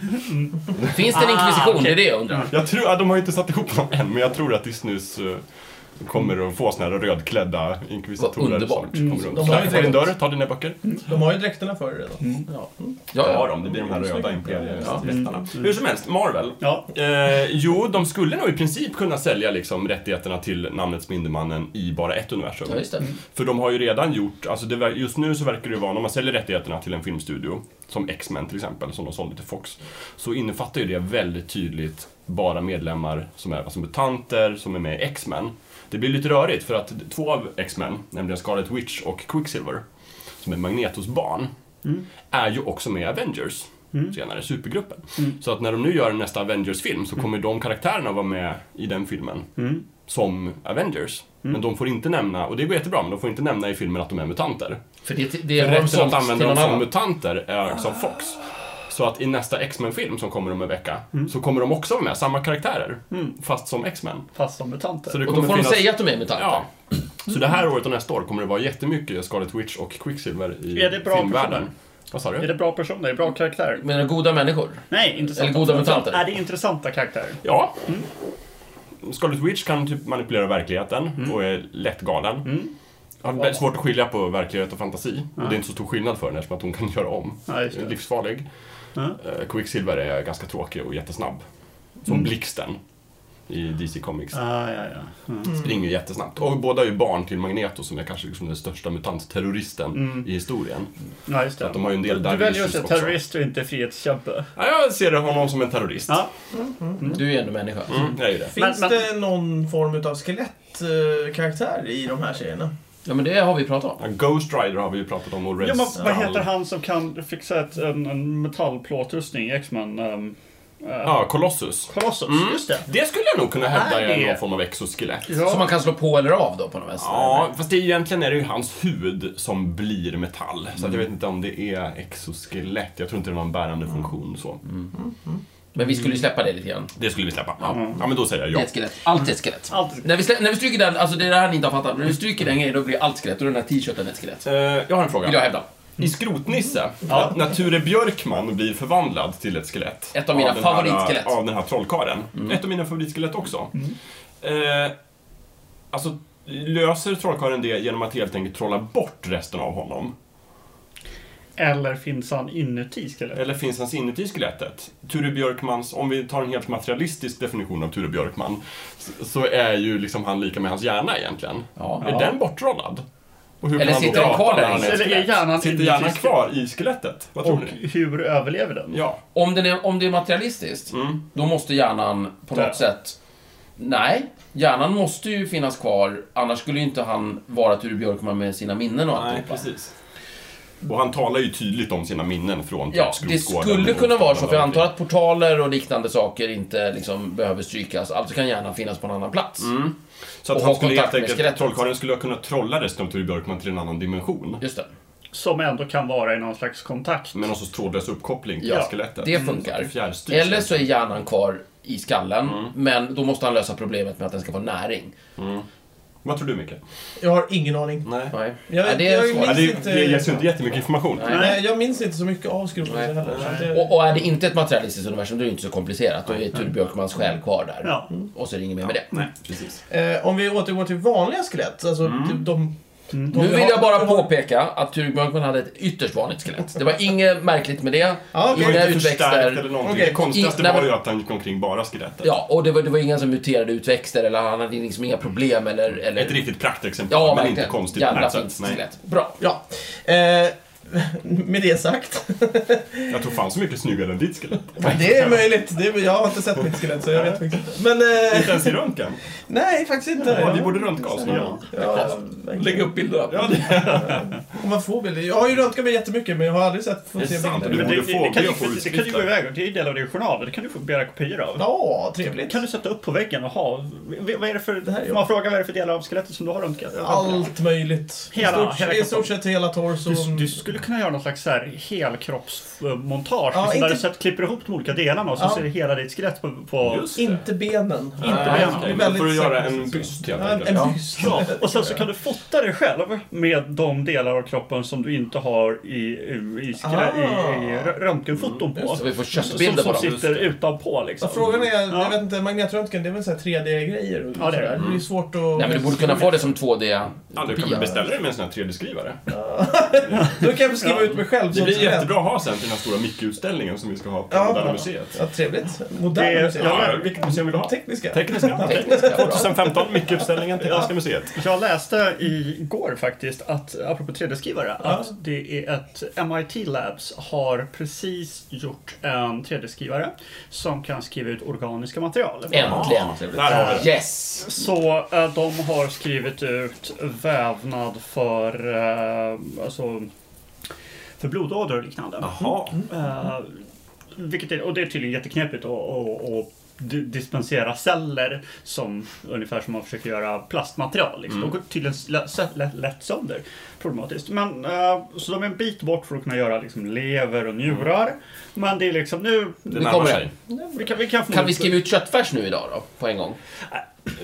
B: Finns det en inkvisition?
D: Ah, okej.
B: Det är det jag undrar.
C: Jag tror, ja, de har ju inte satt ihop dem än, men jag tror att Disneys eh, kommer att få såna här rödklädda
B: Vad
C: inkvisitorer
B: underbart.
C: snart. Kommer runt.
A: Mm. De har ju Mm.
C: Släng på din
A: det.
C: dörr, ta dina böcker.
A: De har ju dräkterna för det redan.
B: Ja, ja.
C: Ja,
B: ja.
C: de, det blir de här röda
A: Mm.
B: Ja.
C: imperiestvästarna. Hur som helst, Marvel.
D: Ja.
C: Eh, jo, de skulle nog i princip kunna sälja liksom, rättigheterna till namnet Spindelmannen i bara ett universum.
B: ja just det.
C: För de har ju redan gjort, alltså det, ver- just nu så verkar det ju vara, när man säljer rättigheterna till en filmstudio, som X-Men till exempel, som de sålde till Fox, så innefattar ju det väldigt tydligt bara medlemmar som är alltså mutanter, som är med i X-Men. Det blir lite rörigt för att två av X-Men, nämligen Scarlet Witch och Quicksilver, som är Magnetos barn, är ju också med i Avengers. senare, supergruppen. Så att när de nu gör nästa Avengers-film så kommer de karaktärerna vara med i den filmen som Avengers. Men de får inte nämna, och det går jättebra, men de får inte nämna i filmen att de är mutanter.
B: För det, det har de
C: Rätten
B: sålt
C: att
B: till
C: använda dem
B: någon
C: som
B: annan.
C: mutanter är också av Fox. Så att i nästa X-Men-film som kommer om en vecka så kommer de också vara med, samma karaktärer, fast som X-Men.
D: Fast som mutanter.
C: Så det
B: Och då
C: kommer
B: får de
C: finnas-
B: säga att de är mutanter.
C: Ja. Så det här året och nästa år kommer det vara jättemycket Scarlet Witch och Quicksilver i
D: Är det bra
C: filmvärlden.
D: personer?
C: Vad sa du?
D: Är det bra personer? Är det bra karaktärer?
B: Menar du goda människor?
D: Nej, intressanta.
B: Eller goda mutanter.
D: Är det intressanta karaktärer?
C: Ja. Mm. Scarlet Witch kan typ manipulera verkligheten
D: Mm.
C: och är lätt galen. Har väldigt svårt att skilja på verklighet och fantasi. Och det är inte så stor skillnad för henne eftersom att hon kan göra om.
D: Ja, just det.
C: Är Livsfarlig.
D: Ja.
C: Eh, Quicksilver är ganska tråkig och jättesnabb. Som Blixten i DC Comics.
D: Ah, Mm. ja, ja.
C: Springer ju jättesnabbt. Och båda är ju barn till Magneto som är kanske liksom den största mutantterroristen
D: Mm.
C: i historien.
D: ja, just det.
C: Att de har ju en del
D: Du
C: där
D: väljer att
C: issues
D: säga
C: också.
D: terrorist och inte frihetskämpe.
C: Ja, jag ser honom som en terrorist.
D: Ja.
B: Du är ju ändå människa.
C: Mm, jag är ju det.
A: Finns
D: Men- men-
A: det någon form utav skelettkaraktär i de här serierna?
B: Ja, men det har vi pratat om.
C: Ja, Ghost Rider har vi ju pratat om och Red
D: Ja, men, vad
C: Skull.
D: heter han som kan fixa ett, en, en metallplåtrustning i X-Men? Um,
C: Ja, Colossus. Mm.
D: Colossus, just det.
C: Det skulle jag nog kunna hävda
D: Är det-
C: är någon form av exoskelett.
D: Ja.
B: Som man kan slå på eller av då på något vänster.
C: Ja, fast det är, egentligen är det ju hans hud som blir metall. Så att
D: Mm.
C: jag vet inte om det är exoskelett. Jag tror inte det var en bärande funktion så.
D: Mm.
B: Men vi skulle ju släppa det lite grann.
C: Det skulle vi släppa. Ja,
D: Mm.
C: ja men då säger jag
B: Det
C: ja.
B: är ett skelett. Allt är ett skelett.
D: Allt är ett skelett.
B: När, vi slä, när vi stryker den, alltså det är det här ni inte har fattat, men när vi stryker den grejen då blir allt skelett och den här t-shirten är ett skelett.
C: Eh, jag har en fråga.
B: Vill jag hävda.
C: I Skrotnisse, att när Ture Björkman blir förvandlad till ett skelett.
B: Ett av mina
C: den här-
B: favoritskelett. Mm.
C: Av den här trollkaren. Ett av mina favoritskelett också. Eh, alltså, löser trollkaren det genom att helt enkelt trolla bort resten av honom?
D: Eller finns han inuti skelettet?
C: Eller finns hans inuti skelettet? Ture Björkmans, om vi tar en helt materialistisk definition av Ture Björkman, så- så är ju liksom han lika med hans hjärna egentligen.
B: Ja.
C: Är den bortrollad? Och hur
B: Eller
C: kan han då
B: sitter den
C: prata
B: kvar där
C: när han
B: i?
C: är ett
D: Eller är
C: skelett?
D: hjärnan
C: Sitter
D: inuti
C: hjärnan
D: skelettet?
C: kvar i skelettet? Vad tror
D: Och
C: ni?
D: hur överlever den?
C: Ja.
B: Om, den är, om det är materialistiskt,
C: Mm.
B: då måste hjärnan på
D: Dö.
B: något sätt... Nej, hjärnan måste ju finnas kvar, annars skulle ju inte han vara Ture Björkman med sina minnen och
C: Nej,
B: alltihopa.
C: precis. Och han talar ju tydligt om sina minnen från
B: Ja,
C: typ
B: det
C: skrotgården
B: skulle
C: och
B: kunna vara så,
C: Rotskolan
B: för jag
C: och
B: antar att portaler och liknande saker inte liksom behöver strykas. Allt kan gärna finnas på en annan plats.
C: Mm. Så att
B: och
C: han
B: ha
C: skulle
B: kontakt
C: helt
B: med
C: enkelt,
B: skelettet.
C: trollkarlen skulle ha kunnat trolla dessutom Ture Björkman till en annan dimension.
B: Just det.
D: Som ändå kan vara i någon slags kontakt.
C: Med någon sorts trådlös uppkoppling till
B: Ja,
C: skelettet. Mm,
B: det funkar.
C: Fjärrstyrs.
B: Eller så är hjärnan kvar i skallen,
C: Mm.
B: men då måste han lösa problemet med att den ska få näring.
C: Vad tror du Micke?
A: Jag har ingen aning.
C: Nej.
B: Nej,
A: Jag-
B: Nej, det
A: jag
B: är
A: är
C: Ja,
B: svårt.
A: min-
C: det, det ges ju inte jättemycket information.
B: Nej.
A: Nej, jag minns inte så mycket av
B: Nej.
A: skrothuset heller. så att det-
B: Och, och är det inte ett materialistiskt universum, då är det inte så komplicerat. Då är Ture Björkmans själ kvar där.
D: Ja.
B: Och så är det inget mer med det.
D: Nej.
C: Precis.
A: Eh, om vi återgår till vanliga skelett, alltså
C: Mm.
A: typ de... de
B: Nu
A: vi
B: vill
A: har-
B: jag bara
A: de har-
B: påpeka att Ture Björkman hade ett ytterst vanligt skelett. Det var inget märkligt med det.
A: Ja, okej.
C: Det var
B: Inga
C: ju inte förstärkt eller
B: utväxter.
C: någonting.
A: Okej.
C: Det konstigaste
B: I- nej,
C: var
B: men-
C: ju att han gick omkring bara skelettet.
B: Ja, och det var, det var inga som muterade utväxter eller han hade liksom inga problem eller... eller
C: Mm. Ett riktigt praktexempel,
B: ja,
C: men
B: verkligen.
C: inte konstigt på
B: Jävla
C: något
B: fint
C: sätt. Nej.
B: skelett. Bra.
A: Ja. Eh, med det sagt.
C: Jag tror fan så mycket snyggare än ditt skelett. (laughs)
A: det är möjligt. Det är, jag har inte sett mitt skelett så jag vet faktiskt inte. Men...
C: Inte
A: Eh,
C: ens i röntgen.
A: nej, faktiskt inte.
C: Ja, vi borde röntga oss någon gång.
A: Ja, ja, verkligen.
B: Lägg upp bilder.
C: Ja, det
A: Om man får bilder. Jag har ju röntgat mig jättemycket men jag har aldrig sett fått
C: Det är
A: se
C: sant.
A: bilder.
C: Du
D: Men det,
C: borde
D: det,
C: få-
D: det, kan
C: vi
D: ju,
C: får
D: det kan ju gå
C: utskrifter.
D: iväg, det är ju del av din journal. Det kan du få begära kopior av.
A: Ja, trevligt.
D: Kan du sätta upp på väggen och ha? v- Vad är det för,
A: Det här är jag.
D: man frågar vad är det för delar av skelettet som du har röntgat?
A: Allt möjligt. I
D: Hela-
A: stort-
D: hela
A: I stort sett hela
D: Du,
A: torson.
D: du skulle kunna göra någon slags så här helkroppsmontage.
A: Ja,
D: Ja,
A: inte-
D: Där du sätt, klipper ihop de olika delarna och så
A: Ja.
D: ser du hela ditt skelett på... på
C: Just det.
A: Inte benen.
D: Inte
C: Nej,
D: benen.
C: okej,
A: Det är
C: men Då
A: väldigt
C: får du göra
A: säkert.
C: en byst helt
A: Ja, en-
C: enkelt.
A: en
C: Ja.
A: byst.
D: Ja, och sen så kan du fota dig själv med de delar av kroppen som du inte har i, i, i, skelett- i, i
A: Ah.
D: rö- röntgenfoton på.
B: Så vi får
D: Som,
B: köttbilder på
D: som
B: dem.
D: sitter utanpå liksom.
A: Ja, Frågan är,
D: Ja.
A: jag vet inte, magnetröntgen det är väl så här 3D-grejer? och
D: Ja, det är det.
A: sådär. Det är svårt att...
B: Nej, men du borde kunna få det som 2D.
C: Ja, du kan beställa dig med en sån här 3D-skrivare.
A: Då kan jag beskriva ut mig själv
C: Det
A: som
C: blir
A: skelett.
C: jättebra att ha sen till den här stora Micke-utställningen som vi ska ha på
A: Ja.
C: Moderna Museet.
A: Ja, trevligt. Moderna
D: Det-
A: museet.
C: Ja, vilket museum vill du ha?
A: Tekniska.
C: Tekniska.
B: Tekniska, bra.
C: 2015, Micke-utställningen, Tekniska museet.
D: Jag läste igår faktiskt, att, apropå 3D-skrivare, att det är ett MIT Labs har precis gjort en 3D-skrivare som kan skriva ut organiska material.
B: Äntligen.
C: Där har vi det.
B: Yes!
D: Så eh, de har skrivit ut vävnad för, eh, alltså, för blodådror och liknande.
C: Jaha.
D: Eh, vilket är, och det är tydligen jätteknepigt att, att, att di- dispensera celler som ungefär som man försöker göra plastmaterial. Liksom.
B: Mm.
D: De går tydligen lätt, lätt, lätt sönder. Problematiskt. Men, eh, så de är en bit bort från att kunna göra liksom, lever och njurar.
B: Mm.
D: Men det är liksom nu...
C: Det
B: Vi
C: närmar
B: kommer.
C: sig.
D: Vi kan, vi kan, få
B: Kan vi skriva ut köttfärs nu idag då? På en gång?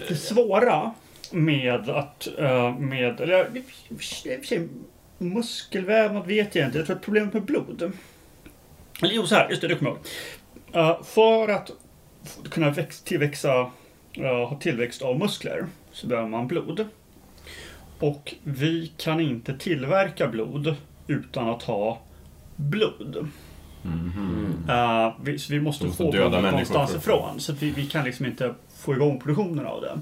D: det svåra med att... eh, med, eller, i och för sig- i och för sig, muskelvävnad vet jag inte. Jag tror att problemet med blod... Eller jo, så här. Just det, det kommer jag ihåg. Eh, för att f- kunna väx, tillväxa, eh, ha tillväxt av muskler så behöver man blod. Och vi kan inte tillverka blod utan att ha blod. Eh, vi, så vi måste
C: Så måste
D: få
C: Mhm. döda
D: blodet
C: människor
D: någonstans
C: för-
D: ifrån. Så att vi, vi kan liksom inte få igång produktionen av det.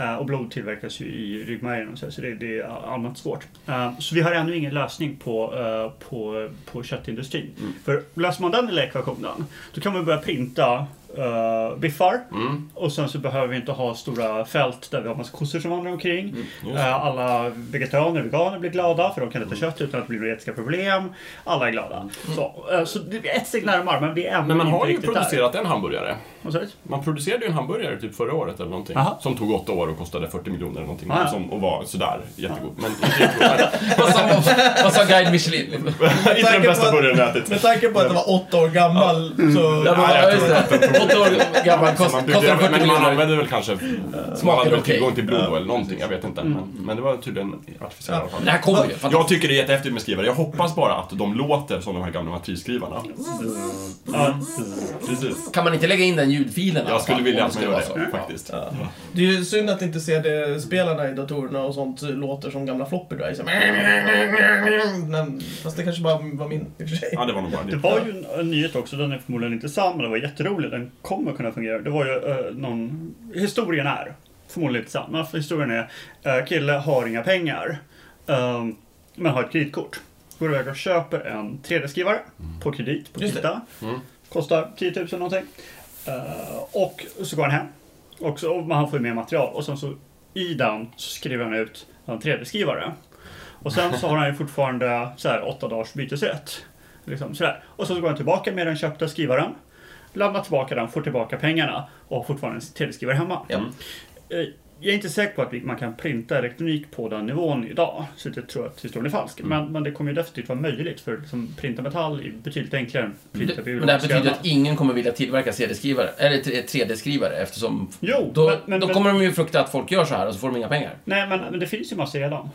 D: Eh, och blod tillverkas ju i ryggmärgen och så, här, så det, det är allmänt svårt. Eh, så vi har ännu ingen lösning på, eh, på, på köttindustrin.
C: Mm.
D: För löser man den lilla ekvationen, då kan man börja printa eh, biffar.
C: Mm.
D: Och sen så behöver vi inte ha stora fält där vi har massa kossor som vandrar omkring.
C: Mm,
D: Eh, alla vegetarianer och veganer blir glada för de kan äta
C: Mm.
D: kött utan att det blir några etiska problem. Alla är glada. Så, eh, så det är ett steg närmare men vi är ännu
C: Men man
D: inte
C: har ju
D: riktigt
C: producerat en hamburgare.
D: där. Vad säger du?
C: Man producerade ju en hamburgare typ förra året eller någonting.
D: Aha.
C: Som tog åtta år och kostade 40 miljoner eller någonting.
D: Ah, ja.
C: Som, och var sådär jättegod. Men inte, jättegod.
B: Vad sa, vad sa Guide Michelin?
C: inte den
A: tanke på
C: bästa
A: att-
C: burgaren jag ätit.
A: Med tanke på att jag var åtta år gammal
C: Mm.
A: så...
B: Ja,
C: Nej,
B: ja,
C: jag
B: just
C: tror
B: det. Åtta år gammal, kost-
C: Man
B: kostar
C: byggde,
B: 40
C: men man
B: miljoner.
C: använde väl kanske... Man
B: Smakade
C: hade väl
B: okej.
C: tillgång till blod då eller någonting. Jag vet inte. Men, men det var tydligen artificiell i alla fall.
B: Det här kommer ju. fan.
C: Jag tycker det är jättehäftigt med skrivare. Jag hoppas bara att de låter som de här gamla matrisskrivare.
D: Ja. Mm.
C: Precis.
B: Kan man inte lägga in den ljudfilen? Alltså.
C: Jag skulle vilja att man gör
B: Om det
C: det
B: skulle vara så.
C: faktiskt.
A: Det är ju synd att inte CD-spelarna i datorerna och sånt låter som gamla floppy drives. Men- Fast det kanske bara var min i och för sig.
C: Ja, det var nog bara
D: Det
C: det.
D: var ju en, en nyhet också, den är förmodligen inte sann men den var jätterolig. Den kommer kunna fungera. Det var ju eh, någon... Historien är förmodligen inte sann. Men historien är eh, kille har inga pengar eh, men har ett kreditkort. Går iväg och köper en 3D-skrivare på kredit på
A: Just det.
D: Kita. Kostar 10 000 någonting. Eh, och så går han hem. Och, så, och han får ju mer material och sen så i den så skriver han ut en 3D-skrivare. Och sen så har han ju fortfarande så här, åtta dagars bytesrätt. Liksom, så där. Och så går han tillbaka med den köpta skrivaren. Lämnar tillbaka den, får tillbaka pengarna och har fortfarande en teleskrivare hemma.
A: Ja.
D: Eh, Jag är inte säker på att vi- man kan printa elektronik på den nivån idag, så det tror jag att historien är falsk.
B: Mm.
D: Men, men det kommer ju definitivt vara möjligt, för liksom, printa metall är betydligt enklare än printa
B: Men det här
D: biologiska
B: betyder
D: ämnen.
B: att ingen kommer vilja tillverka CD-skrivare, eller 3D-skrivare eftersom...
D: Jo,
B: Då,
D: men- men-
B: då
D: men-
B: kommer de ju frukta att folk gör så här och så får de inga pengar.
D: Nej, men, men det finns ju massor redan.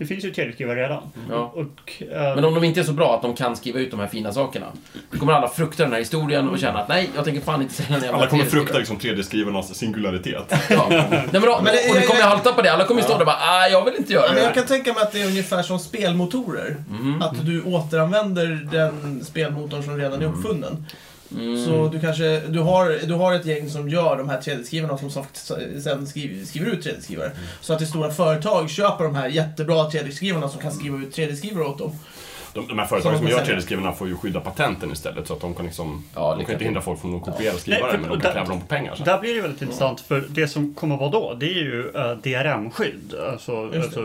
D: Det finns ju teleskrivare redan.
B: Ja.
D: Och, eh,
B: Men om de inte är så bra att de kan skriva ut de här fina sakerna, då kommer alla frukta den här historien och känna att nej, jag tänker fan inte sälja en jävla
C: Alla kommer
B: 3D-skrivare.
C: frukta liksom 3D-skrivarnas singularitet.
B: Ja. Nej, men då,
A: Men det-
B: och det kommer halta på det. Alla kommer stå där och bara, nej, jag vill inte göra
A: Ja, men
B: det
A: jag
B: här.
A: kan tänka mig att det är ungefär som spelmotorer.
C: Mm.
A: Att du återanvänder den spelmotorn som redan är
C: Mm.
A: uppfunnen.
B: Mm.
A: Så
D: Mm.
A: du kanske, du har, du har ett gäng som gör de här 3D-skrivarna som sagt sen skriver, skriver ut 3D-skrivare.
D: Mm.
A: Så att det stora företag köper de här jättebra 3D-skrivarna som kan
D: Mm.
A: skriva ut 3D-skrivare åt dem.
C: De, de här företagen som
A: Som
C: gör
A: de säger.
C: 3D-skrivarna får ju skydda patenten istället så att de kan liksom...
B: Ja,
C: de
B: lycka
C: kan inte
B: till.
C: hindra folk från att kopiera
D: Nej,
C: skrivaren
D: för-
C: men de kan
D: och där-
C: kräva dem på pengar sen.
D: Där blir det väldigt intressant för det som kommer vara då det är ju eh, DRM-skydd. Alltså,
A: det.
D: alltså, så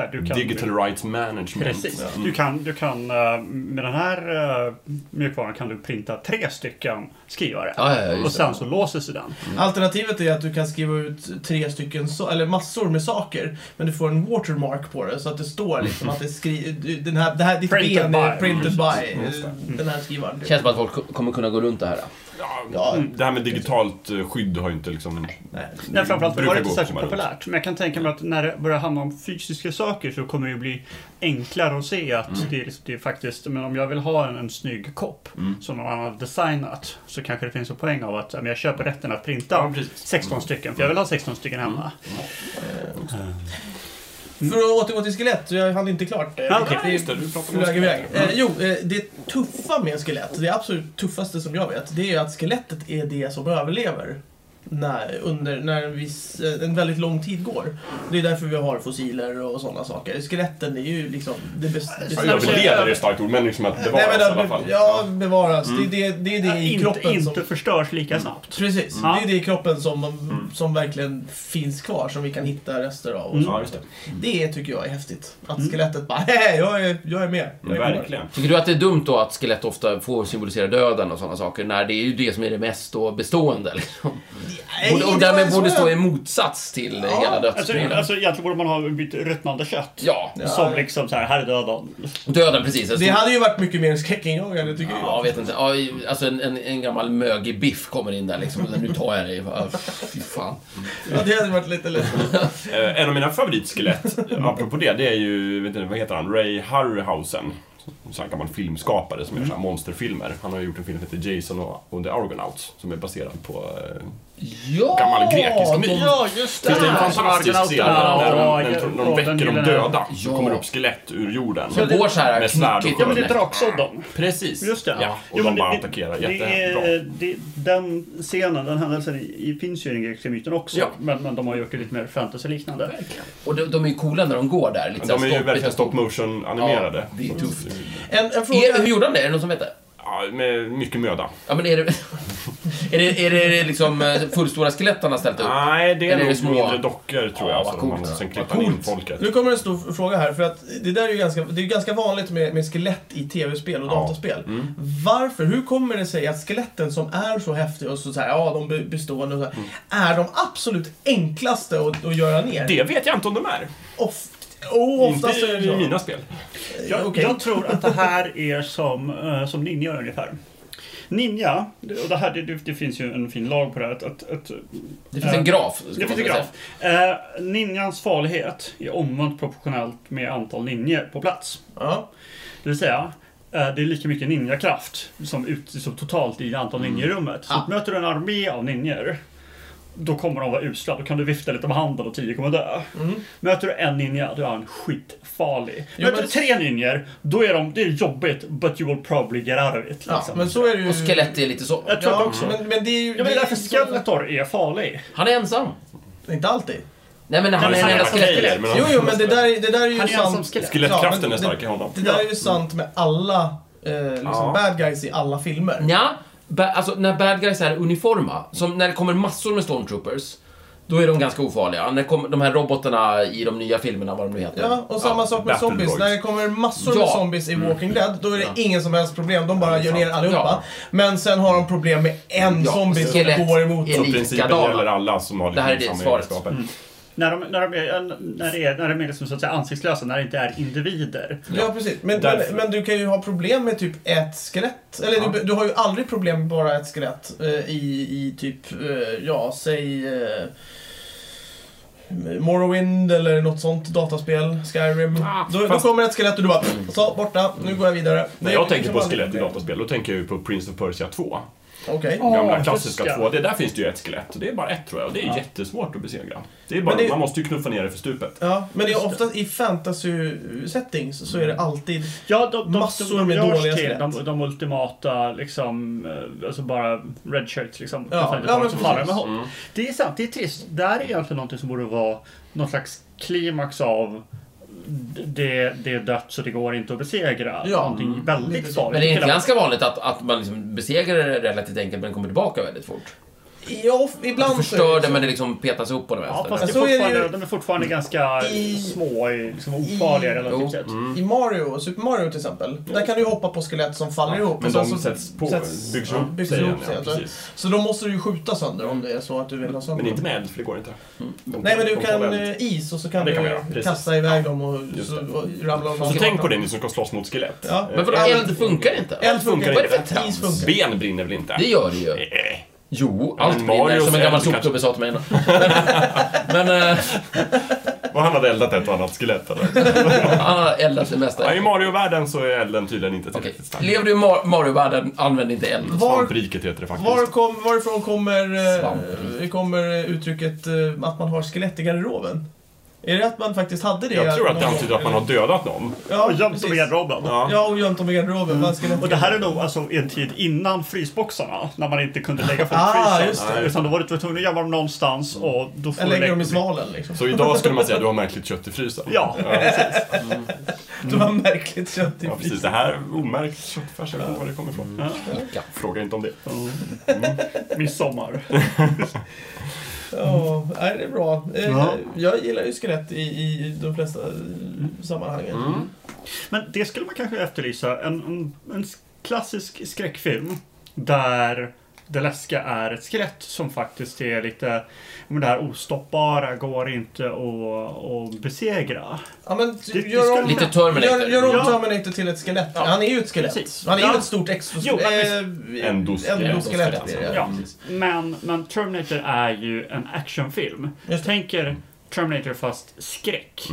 D: här, du kan,
C: Mm. Digital Rights Management.
D: Precis.
C: Ja.
D: Du kan, du kan, eh, med den här eh, mjukvaran kan du printa tre stycken skrivare.
B: Ja, ja, ja, just
D: och
B: det.
D: sen så låses ju den.
A: Alternativet är att du kan skriva ut tre stycken, so- eller massor med saker, men du får en watermark på det så att det står liksom att det skri- du- den här, det här, ditt
D: Printed
A: ben är
D: by. Mm.
A: printed by eh, den här skrivaren.
B: Känns som att folk ko- kommer kunna gå runt det här.
A: Ja,
C: Det här med digitalt eh, skydd har ju inte liksom...
A: nej.
D: Nej, framförallt för det var
C: brukar
D: inte
C: gå
D: särskilt
C: att komma runt.
D: populärt. Men jag kan tänka mig att när det börjar handla om fysiska saker så kommer det ju bli enklare att se att
C: Mm.
D: det, är liksom, det är faktiskt, men om jag vill ha en, en snygg kopp
C: Mm.
D: som någon annan har designat så kanske det finns en poäng av att ja, men jag köper rätten att printa
C: Ja, precis. Mm.
D: 16 stycken, för jag vill ha 16 stycken hemma.
A: För att återgå till skelett, jag hann inte klart. Eh,
D: Ja,
A: riktigt.
D: nej,
C: just det, du pratade om
A: flög
C: skelett.
A: iväg. Eh, jo, eh, det tuffa med skelett, det absolut tuffaste som jag vet, det är att skelettet är det som överlever. När, under, när en, viss, eh, en väldigt lång tid går. Det är därför vi har fossiler och sådana saker. Skeletten är ju liksom... Det bes, bes,
C: Ja, Överlever är ett starkt ord, men liksom att bevaras
A: Nej,
C: i
A: men,
C: alla fall. Mm.
A: Ja, bevaras. Det, det, det är det
D: Ja,
A: i
D: inte
A: kroppen
D: inte
A: som...
D: förstörs lika snabbt.
A: Precis,
D: Ja.
A: det är det i kroppen som,
C: Mm.
A: som verkligen finns kvar, som vi kan hitta rester av. Och så.
C: Ja, just det.
A: Det tycker jag är häftigt. Att
D: Mm.
A: skelettet bara "Hej, jag är, jag är med. Jag är kvar."
C: Mm. Verkligen.
B: Tycker du att det är dumt då att skelett ofta får symbolisera döden och sådana saker? När det är ju det som är det mest då bestående. Liksom.
A: Nej,
B: Och, och
A: det var
B: därmed
A: så
B: borde
A: jag-
B: stå i motsats till eh,
A: Ja,
B: hela
D: Alltså,
B: dödsbilden.
D: alltså egentligen borde man ha bytt ruttnande kött.
B: Ja,
D: Som liksom så här, här är döden.
B: döden precis. En
A: Det
B: stor-
A: hade ju varit mycket mer skräckinjagande tycker
B: Ja, jag vet inte. Ja, i- Alltså en, en, en gammal mögig biff kommer in där liksom. Och nu tar jag dig. Ja, Fy fan.
A: jag. Ja, det hade varit lite lätt.
C: Eh, en av mina favoritskelett, (laughs) apropå det, det är ju, vet inte, vad heter han, Ray Harryhausen. Så här gammal filmskapare som gör så här monsterfilmer. Han har ju gjort en film som heter Jason och och the Argonauts som är baserad på... Eh,
B: Ja!
C: Gammal grekisk myt.
B: Ja, just
C: det är en fantastisk scen när de,
D: Ja,
C: när de, när de
D: ja,
C: väcker
D: den
C: de
D: gillar
C: döda.
B: jag.
C: Så
B: Ja.
C: kommer det upp skelett ur jorden.
B: Som går så här
C: Med svärd och
B: knyckigt.
D: Ja men det är Draksådden.
C: Precis.
D: Just det.
C: Ja, och
D: Jo,
C: de
D: men
C: bara
D: det-
C: attackerar.
D: det
C: Jättebra.
D: är- det- Den scenen, den händelsen i- i- finns ju i den grekiska myten också.
B: Ja.
D: Men, men de har gjort det lite mer fantasy-liknande.
B: Och de, de är ju coola när de går där. Lite
C: Men
B: så här
C: De är ju
B: stoppigt
C: verkligen
B: och-
C: stop motion animerade.
B: Ja, det är tufft.
A: En, en fråga...
B: Är, hur gjorde han det? Är det någon som vet det?
C: Ja, med mycket möda.
B: Ja, men är det... (laughs) är det, är det liksom eh, fullstora skelett han har ställt upp?
C: Nej, det är
B: Eller är
C: nog
B: det små?
C: mindre dockor tror
B: Ja,
C: jag.
B: vad
C: så de har-
B: coolt.
C: Sen klipper man in folket.
A: Nu kommer en stor fråga här, för att det där är ju ganska, det är ju ganska vanligt med, med skelett i tv-spel och
C: Ja.
A: dataspel.
B: Mm.
A: Varför? Hur kommer det sig att skeletten som är så häftiga och så, så här, ja, de be- bestående och så här,
B: Mm.
A: är de absolut enklaste att, att göra ner?
C: Det vet jag inte om de är.
A: Oft, och
C: Inte
A: oftast är det
C: i
A: så.
C: mina spel.
D: Jag,
A: Okej.
D: jag tror att det här är som, eh, som ninja ungefär. Ninja, det- och det, här, det, det finns ju en fin lag på det här. Att, att, att,
B: Det finns
D: eh,
B: en graf. ska
D: Det
B: man
D: finns en
B: säga.
D: graf. Eh, ninjans farlighet är omvänt proportionellt med antal ninjor på plats.
A: Ja.
D: Det vill säga, eh, det är lika mycket ninjakraft som, ut, som totalt i antal ninjor i rummet. Så
A: Ah.
D: möter du en armé av ninjor, då kommer de vara usla. Då kan du vifta lite med handen och tio kommer dö. Möter du en ninja, då är han skitfarlig.
A: Mm. Jo,
D: möter
A: men-
D: du tre ninjor, då är de, det är jobbigt, but you will probably get out of it. Liksom.
A: ja, men så är det ju.
B: Och skelett är lite så.
D: Jag tror att också...
A: också. Men, men det är ju...
D: Ja, men det är därför
A: så-
D: Skeletor är farlig.
B: Han är ensam.
A: Inte alltid.
B: Nej, men han
D: Nej,
B: är en
D: men
B: jävla
D: han är
B: skelett.
D: skelett.
C: men alltså,
A: Jo, jo, men det där, är- det där är ju
D: Han är
A: sant.
D: ensam skelett.
A: Ja, men
C: Skelettkraften
A: det-
C: är stark i honom.
A: Det där är ju sant med alla eh, liksom
C: Ja.
A: bad guys i alla filmer.
B: Nja, ba- alltså när bad guys är uniforma, som när det kommer massor med stormtroopers, Då är de ganska ofarliga. När kommer de här robotarna i de nya filmerna, vad de nu heter.
A: Ja, och samma sak med
C: Battle Mm.
A: zombies.
C: Droids.
A: När det kommer massor med
B: Ja.
A: zombies i Walking Dead, då är det
B: Ja.
A: ingen som helst problem. De bara
B: det är
A: gör ner
B: sant.
A: allihopa.
B: Ja.
A: Men sen har de problem med en
B: Ja,
A: zombie som
B: skelett
A: går emot
B: är
A: dem.
C: Så principen
B: Likadana.
C: gäller alla som har
B: Det här är
C: liksom
B: det
C: samma
B: svaret. Mm.
C: egenskaper.
D: När de, när de, är, när det är, när de är liksom, så att säga, ansiktslösa, när det inte är individer.
A: Ja, precis. Men, men,
C: Därför.
A: men du kan ju ha problem med typ ett skelett. Eller du, du har ju aldrig problem med bara ett skelett eh, i, i typ, eh, ja, säg... Eh, Morrowind eller något sånt dataspel, Skyrim.
C: Ah,
A: då,
C: fast-
A: då kommer ett skelett och du bara så, borta, nu går jag vidare.
C: När
A: Det-
C: jag tänker
A: liksom
C: på
A: aldrig
C: skelett i
A: problem.
C: dataspel, då tänker jag ju på Prince of Persia 2.
A: Okej.
C: Den gamla
D: Åh,
C: klassiska
D: just
C: 2. Det, där finns det ju ett skelett. Det är bara ett tror jag. Och det är jättesvårt att besegra. Det är bara,
A: Men det-
C: Man måste ju knuffa ner det för stupet.
A: Ja, men det är oftast i fantasy-settings så är det alltid...
D: Ja, de, de,
A: Massor
D: de, de
A: med
D: görs
A: dåliga
D: till
A: skelett.
D: de, de ultimata, liksom, eh, alltså bara red shirts liksom.
A: Ja,
D: Kastanjebarn
A: ja, men
D: som faller
A: precis.
D: med hopp.
B: Mm.
D: Det är sant, det är trist. Där är egentligen någonting som borde vara någon slags klimax av det, det är dött så det går inte att besegra.
A: Ja,
D: någonting
A: mm.
D: väldigt farligt.
B: Men det är inte
D: Hela-
B: ganska vanligt att, att man liksom besegrar det relativt enkelt men kommer tillbaka väldigt fort.
A: Ja, ibland
B: Förstör det
A: så.
B: men det liksom petas upp på det
D: Ja,
B: vänster.
D: fast det är
A: Så är det
D: fortfarande,
A: ju-
D: de är fortfarande ganska
A: I-
D: små, i- liksom ofarliga
A: i-
B: Jo. Mm.
D: relativt sett.
A: I Mario, Super Mario till exempel, där kan du ju hoppa på skelett som faller ihop.
C: Men
A: och sen
C: de
A: så
C: sätts på, byggs
A: ja,
C: ihop,
A: byggs
C: säger
A: ihop
C: han,
A: sig,
C: ja,
A: alltså.
C: precis.
A: Så då måste du ju skjuta sönder om det är så att du vill ha sönder
C: Men inte
A: dem.
C: med eld, för det går inte.
B: Mm.
C: De-
A: Nej men du
C: de får
A: kan
C: eld.
A: eh, is och så kan
C: Det kan man
A: du
C: göra, precis.
A: kasta iväg dem och,
C: Just
A: så,
C: det.
A: och ramla
C: Så
A: dem.
C: tänk på det ni som ska slåss mot skelett.
A: eh, Ja.
C: Eh,
B: Men vadå,
A: Eld-
B: eld funkar inte?
A: Eld funkar
C: Vad är
A: inte.
C: det för
A: Is funkar.
C: Ben brinner väl inte?
B: Det gör det ju.
C: Eh,
B: Jo, allt
C: men
B: brinner
C: Marios
B: som en gammal
C: eld kanske-
B: sopgubbe sa till mig. (laughs) Men, men eh,
C: Och han hade eldat ett och annat skelett eller?
B: han har eldat det mesta.
C: Ja, I Mario-världen så är elden tydligen inte
B: Ah, Okej.
C: tillräckligt stark.
B: Lever du i Mar- Mario-världen, använd inte eld.
A: Var,
C: Svampriket heter det faktiskt.
A: var kom, varifrån kommer, eh,
B: Svamp.
A: kommer eh, uttrycket eh, att man har skelett i garderoben? Är det att man faktiskt hade det?
C: Jag tror att
A: någon
C: det
A: gång?
C: antyder att man har dödat någon.
A: Ja,
D: Och gömt
A: precis.
D: dem i garderoben.
A: Ja, och gömt dem i garderoben. Man skulle
D: Och det här är nog alltså en tid innan frysboxarna, när man inte kunde lägga folk i
A: Ah,
D: frysen.
A: just det. Mm.
D: Utan då var du tvungen att gömma dem någonstans och då får
A: Jag
D: du
A: lägger dem
D: lägga
A: i svalen liksom.
C: Så idag skulle man säga att du har märkligt kött i frysen.
D: Ja.
A: (laughs) Det var märkligt kött i
C: Ja, precis. Det här är omärkt köttfärs, jag vet inte var det kommer ifrån. Fråga inte om det.
D: midsommar.
A: Ja, nej, det är bra. Eh,
D: Ja.
A: Jag gillar ju skelett i, i de flesta eh, sammanhangen.
C: Mm.
D: Men det skulle man kanske efterlysa. En, en, en klassisk skräckfilm där det läskiga är ett skelett som faktiskt är lite... Men det här ostoppbara går inte att, att besegra.
A: Ja, men
D: Det- det
A: gör om,
D: skulle-
B: Lite Terminator.
A: Gör, gör om
D: Ja.
A: Terminator till ett skelett.
D: Ja.
A: Han är ju ett skelett.
D: Precis.
A: Han är ju
D: Ja.
A: ett stort exoskelett.
D: Jo, men
A: eh,
C: Endoskelett.
A: endoskelett.
C: Endoskelett,
A: är det.
D: Ja, men, men Terminator är ju en actionfilm.
A: Just det. Mm.
D: Tänker Terminator fast skräck.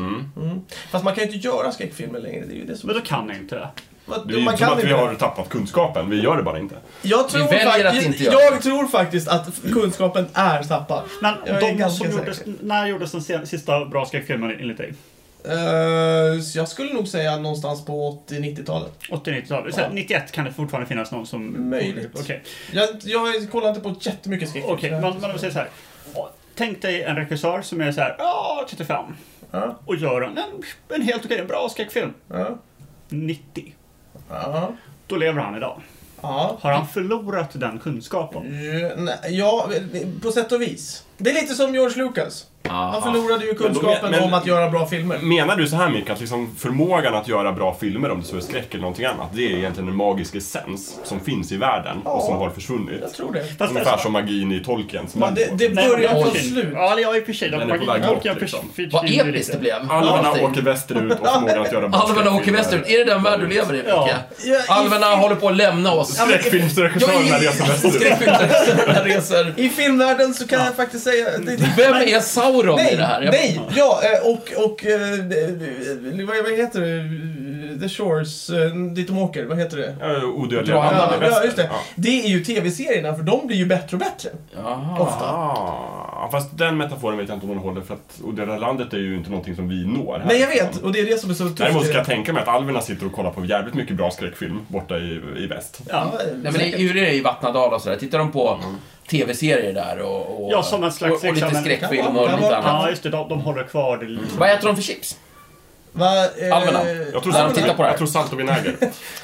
A: Fast man kan ju inte göra skräckfilmer längre. Det är ju det som...
D: Men då kan jag inte.
A: Man-
C: Det är ju
A: man
C: inte som
A: kan
C: att vi
A: inte.
C: har tappat kunskapen, vi gör det bara inte.
A: Jag tror,
B: väljer att
A: faktiskt,
B: inte göra
A: jag
B: det.
A: tror faktiskt att kunskapen är tappad.
D: Men
A: Jag är
D: de
A: ganska
D: som gjordes,
A: säker.
D: när gjordes den sen- sista bra skräckfilmen enligt dig?
A: Eh, så jag skulle nog säga någonstans på 80-90-talet.
D: 80-90-talet?
A: Ja.
D: 91 kan det fortfarande finnas någon som...
A: Möjligt.
D: Okej,
A: Jag, jag kollar inte på jättemycket skräck.
D: Okej, men, men om vi säger så här. Tänk dig en regissör som är så här, ja, 35.
A: Ja.
D: Och gör en, en, en helt okej, en bra skräckfilm.
A: Ja.
D: 90.
A: Ja.
D: Då lever han idag.
A: Ja.
D: Har han förlorat den kunskapen?
A: Eh, nej, Ja, på sätt och vis. Det är lite som George Lucas. Han
B: Aha.
A: förlorade ju kunskapen
C: men-
A: om att göra bra filmer.
C: Menar du så här Micke, att liksom förmågan att göra bra filmer, om det så är skräck eller någonting annat, det är egentligen en magisk essens som finns i världen och som har
A: Jag
C: försvunnit?
A: tror det.
D: Fast
C: Ungefär som magin i Tolkiens
A: Men det, det
D: Nej,
A: börjar
D: men-
A: från
D: Tolkien.
A: slut.
D: Ja, eller ja, i och för sig.
C: Den är på väg bort, liksom.
B: Vad episkt det blev.
C: Alverna
B: Allting.
C: åker västerut och förmågan att göra
B: (laughs)
C: bra
B: Alverna åker
C: skräckfilmer.
B: västerut. Är det den värld du lever i,
D: Ja.
B: Micke?
A: Ja, i-
B: Alverna håller på att lämna oss.
C: Skräckfilmsregissörerna reser västerut.
B: Skräckfilmsregissörerna reser.
A: I filmvärlden så kan jag faktiskt säga... Det, det,
B: Vem är Sauron i
A: nej,
B: det här? Jag-
A: nej, ja, eh, och, och eh, eh, vad, vad heter det? The Shores, eh, dit de åker, vad heter det?
C: Ja, Odödliga
B: Dra handen
C: världen
A: Ja, ja,
C: i väster.
A: just det.
C: Ja.
A: Det är ju tv-serierna, för de blir ju bättre och bättre.
B: Jaha.
A: Ofta.
C: Ah, fast den metaforen vet jag inte om den håller för att Odödliga landet är ju inte någonting som vi når. här.
A: Nej, jag vet. Och det är det som är så tufft.
C: Däremot ska
A: i det.
C: jag tänka mig att alverna sitter och kollar på jävligt mycket bra skräckfilm borta i, i väst.
D: Ja.
B: Nej, men hur är det i Vattnadala och sådär? Tittar de på TV-serier där och, och,
D: Ja, som en slags
B: och, och lite
D: liksom en-
B: skräckfilm
A: Ja,
B: och lite
A: ja,
B: annat?
D: Ja, just det. De, de håller kvar det. lite.
B: Vad äter de för chips?
A: Va, eh,
B: Alverna.
C: Jag tror,
B: När de
C: salt,
B: tittar på det här.
C: jag tror salt och vinäger.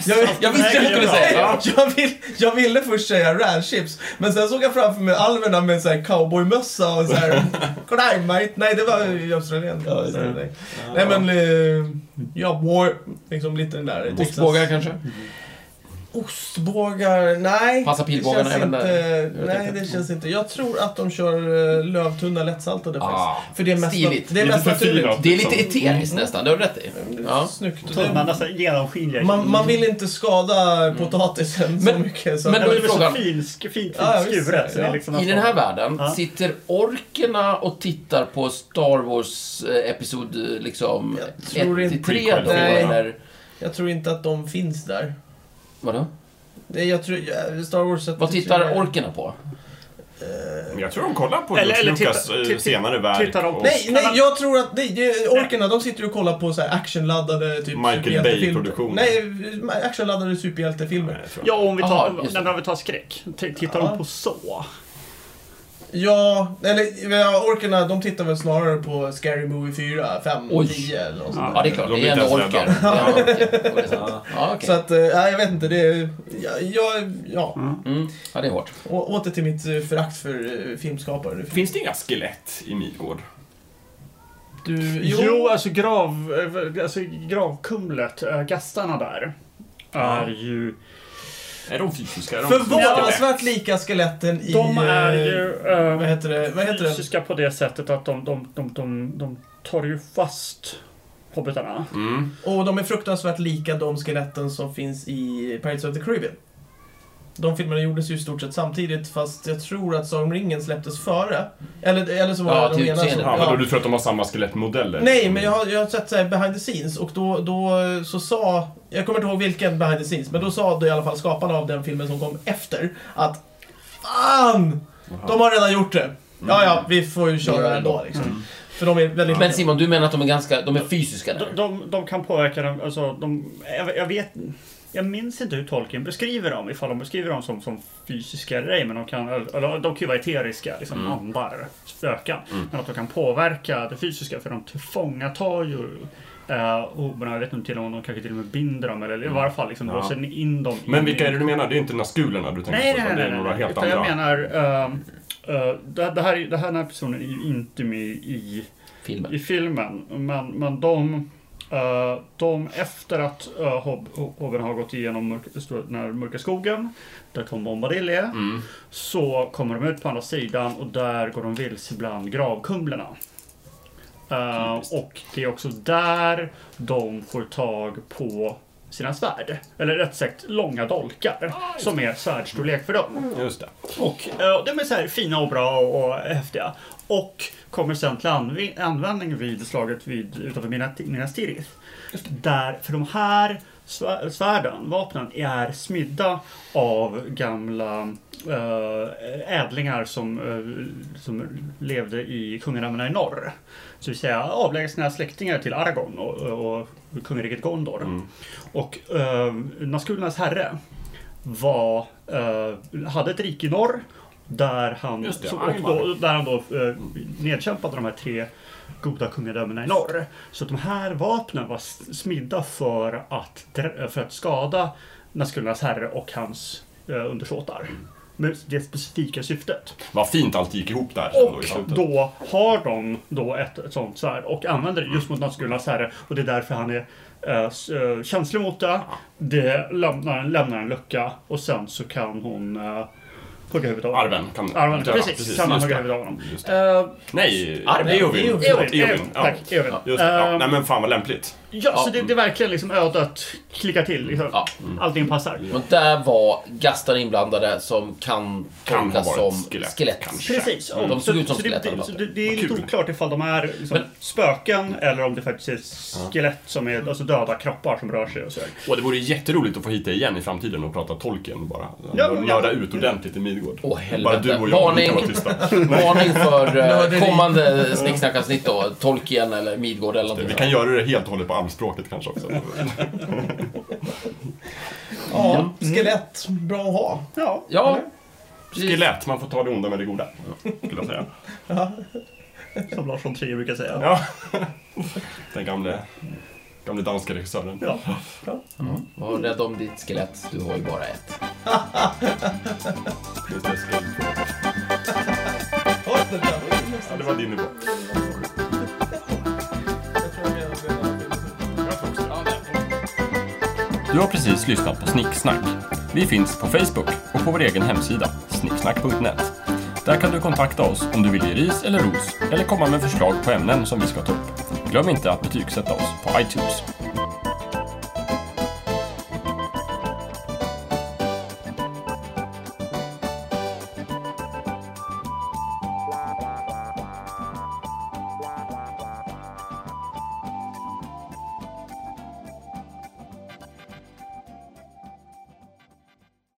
A: jag,
B: Jag visste jag skulle säga det.
A: Ja, (laughs) jag, vill, jag ville först säga ranchips, men sen såg jag framför mig alverna med så här cowboymössa och så
B: (laughs)
A: här... God day, mate. Nej, det var i Australien. Ja, Nej, men... eh, Ja, boy. Liksom lite den där... Texas-
B: Ostbågar kanske?
A: Ostbågar? Nej.
B: Passar pilbågarna
A: det känns
B: även
A: inte,
B: där? Jag vet
A: Nej,
B: inte.
A: det känns inte. Jag tror att de kör eh, lövtunna lättsaltade faktiskt.
B: Ah,
A: För det är mest,
B: stiligt.
A: det är mest
C: Lite för
A: naturligt.
C: fina.
B: Det är lite
C: liksom.
B: eteriskt nästan, det har du rätt i. Ja.
A: Snyggt.
D: Tunnan, alltså genomskinliga.
A: Man, man vill inte skada potatisen så
B: Mm. Men-
A: mycket. Så
B: men
D: Den
B: då
D: var
B: är
D: ju så
B: frågan-
D: fint fint, fint
A: Ja, ja, visst,
D: skuret. så det är
A: ja.
D: liksom
B: I
D: nästan-
B: den här världen
D: Ja.
B: sitter orkerna och tittar på Star Wars eh, episod eh, liksom
A: Jag
B: 1
A: tror
B: till
A: inte-
B: 3 då,
A: Nej.
B: eller
A: Jag tror inte att de finns där.
B: vadå?
A: Det, jag tror, ja, Star Wars...
B: Vad tittar orkerna på?
C: Men Jag tror de kollar på
D: Eller-
C: George
D: eller titta-
C: Lucas eh,
D: titta-
C: senare verk.
D: tittar de på-
C: och
A: Nej, nej, jag tror att nej, det, orkerna de sitter och kollar på så här actionladdade typ
C: Michael
A: superhjältefilm-
C: Bay-produktioner.
A: Nej, actionladdade superhjältefilmer.
C: Nej, tror jag.
D: Ja, om vi tar,
B: Aha, just det.
D: nej, men om vi tar skräck. T- Tittar
A: Ja.
D: de på så?
A: Ja, eller ja, orkerna de tittar väl snarare på Scary Movie 4, 5,
B: Oj.
A: 10 eller något sånt
B: Ja,
A: där.
B: det är klart.
C: De
B: Det är
C: blir
B: ändå
C: inte
B: orker.
C: ens
B: Det är ändå orker. Det är sant. Ja,
A: Så
B: okej.
A: att, eh, ja, jag vet inte, det är... Ja, ja, ja.
B: Mm. Ja, det är hårt.
A: Å, åter till mitt eh, förakt för eh, filmskapare nu.
C: Finns det inga skelett i Midgård?
A: Du,
D: Jo, alltså, grav, eh, alltså gravkumlet, eh, gastarna där. Är ju...
C: Är de fysiska? Är de skelett?
A: Förvånansvärt lika skeletten i...
D: De är
A: eh,
D: ju
A: Vad
D: eh,
A: heter det? Vad heter det?
D: fysiska på det sättet att de, de, de, de, de tar ju fast hobbitarna.
C: Mm.
A: Och de är fruktansvärt lika de skeletten som finns i Pirates of the Caribbean. De filmerna gjordes ju i stort sett samtidigt fast jag tror att Sagan om ringen släpptes före. Eller, eller så var
B: Ja,
A: det de
B: till
A: ena som...
B: utseendet.
C: Ja, men då
A: Ja.
C: du tror att de har samma skelettmodeller?
A: Nej, men jag har, jag har sett så här behind the scenes och då, då så sa... Jag kommer inte ihåg vilken behind the scenes, men då sa det i alla fall skaparna av den filmen som kom efter att Fan! De har redan gjort det. Ja, Mm. ja, vi får ju
B: Vi gör
A: köra
B: det
A: ändå liksom. För de är väldigt...
B: Men Simon, du menar att de är ganska, de är fysiska
D: De,
B: där?
D: de, de kan påverka den, alltså de, jag, jag vet jag minns inte hur Tolkien beskriver dem, ifall de beskriver dem som, som fysiska eller ej, men de kan, eller, de kan ju vara eteriska, liksom
C: Mm.
D: andar, spöken. Men att de kan påverka det fysiska, för de tillfångatar ju eh, hoberna. Jag vet inte till och med om de kanske till och med binder dem, eller i varje fall liksom
C: Mm. Ja.
D: låser in dem.
C: Men
D: in
C: vilka
D: i-
C: är det du menar? Det är inte naskulerna du tänker
D: Nej,
C: på?
D: nej,
C: utan
D: nej,
C: det är
D: nej,
C: några
D: nej.
C: helt
D: Utan
C: andra.
D: jag menar, eh, eh, det, det, här, är- det här, den här personen är ju inte med i
B: Filmen.
D: i filmen. Men, men de, eh, de efter att uh, Hob, Hobben har gått igenom mörk, den här mörka skogen, där Tom Bombadil är, så kommer de ut på andra sidan och där går de vilse bland gravkumlorna. Eh, och det är också där de får tag på sina svärd. Eller rätt sagt långa dolkar som är svärdstorlek för dem.
C: Just det.
D: Och eh, de är så här fina och bra och, och häftiga. Och kommer sen till anv- användning vid slaget vid, utanför Minas- Minas Tirith. Där, för de här svär- svärden, vapnen, är smidda av gamla eh, ädlingar som, eh, som levde i kungarummen i norr. Så vill säga avlägsna släktingar till Aragorn och, och kungariket Gondor. Och eh, Naskulernas herre var, eh, hade ett rike i norr där han,
C: Just det,
D: så, och
C: Angmar.
D: då, där han då eh, nedkämpade de här tre goda kungadömena i norr. Så att de här vapnen var s- smidda för att, dr- för att skada Naskulernas herre och hans eh, undersåtar. Med det specifika syftet.
C: Vad fint allt gick ihop där. sen
D: Och
C: i slutet.
D: då har de då ett, ett sånt svärd och använder det just mot Nazgulas herre och det är därför han är eh, s- eh, känslig mot det. Det lämnar, lämnar en lucka och sen så kan hon eh, hugga huvudet av honom.
C: Arven kan
D: Arven,
C: döda,
D: precis. Kan man
C: just
D: hugga
C: det.
D: huvudet av honom.
C: Just det.
D: Eh,
C: Nej,
B: Arven.
C: Eowyn.
A: Eowyn.
C: Förlåt,
D: Evin,
C: Eowyn.
D: Evin,
C: Ja.
D: tack, Evin.
C: Just det. Ja.
D: Eh,
C: Nej men fan vad lämpligt.
D: Ja, så
B: Ja.
D: det, det är verkligen liksom ödet klickar till. Liksom.
B: Ja.
D: Allting passar.
B: Men där var gastar inblandade som kan
C: Kan ha
B: tolkas
C: varit
B: som
C: skelett,
B: skelett.
C: kanske.
D: Precis.
B: Mm. De
D: Så-
B: såg ut som
D: så
B: skelett i
D: det,
B: alla
D: det,
B: fall.
D: så det, det är lite
C: kul.
D: oklart ifall de är liksom,
B: Men-
D: spöken eller om det faktiskt är skelett som är alltså döda kroppar som rör sig och så.
C: Och det vore jätteroligt att få hit dig igen i framtiden och prata Tolkien bara.
D: Ja, men-
C: Nörda ut ordentligt i Midgård.
B: Åh, helvete.
C: bara du och jag
B: Varning.
C: kan vara tysta.
B: (laughs) Varning för
A: Nörderi.
B: eh, kommande snicksnackavsnitt då. Tolkien eller Midgård eller
C: Vi
B: någonting
C: kan göra det helt och hållet på alvspråket kanske också.
A: Ja,
B: Mm.
A: skelett. Bra att ha.
D: Ja.
B: Ja. precis.
C: Skelett, man får ta det onda med det goda. Skulle jag säga.
F: (laughs)
D: Som Lars von Trier brukar säga.
C: Ja. Den gamle
F: Gamle danska regissören.
D: Ja.
B: Var rädd om ditt skelett, du har ju bara ett.
F: Just det, ska-
A: Hör den där? Det är
F: Ja,
A: nästan-
F: det var din nivå.
A: Jag tror jag menar det.
C: Du har precis lyssnat på Snicksnack. Vi finns på Facebook och på vår egen hemsida, snicksnack.net. Där kan du kontakta oss om du vill ge ris eller ros eller komma med förslag på ämnen som vi ska ta upp. Glöm inte att betygsätta oss på iTunes.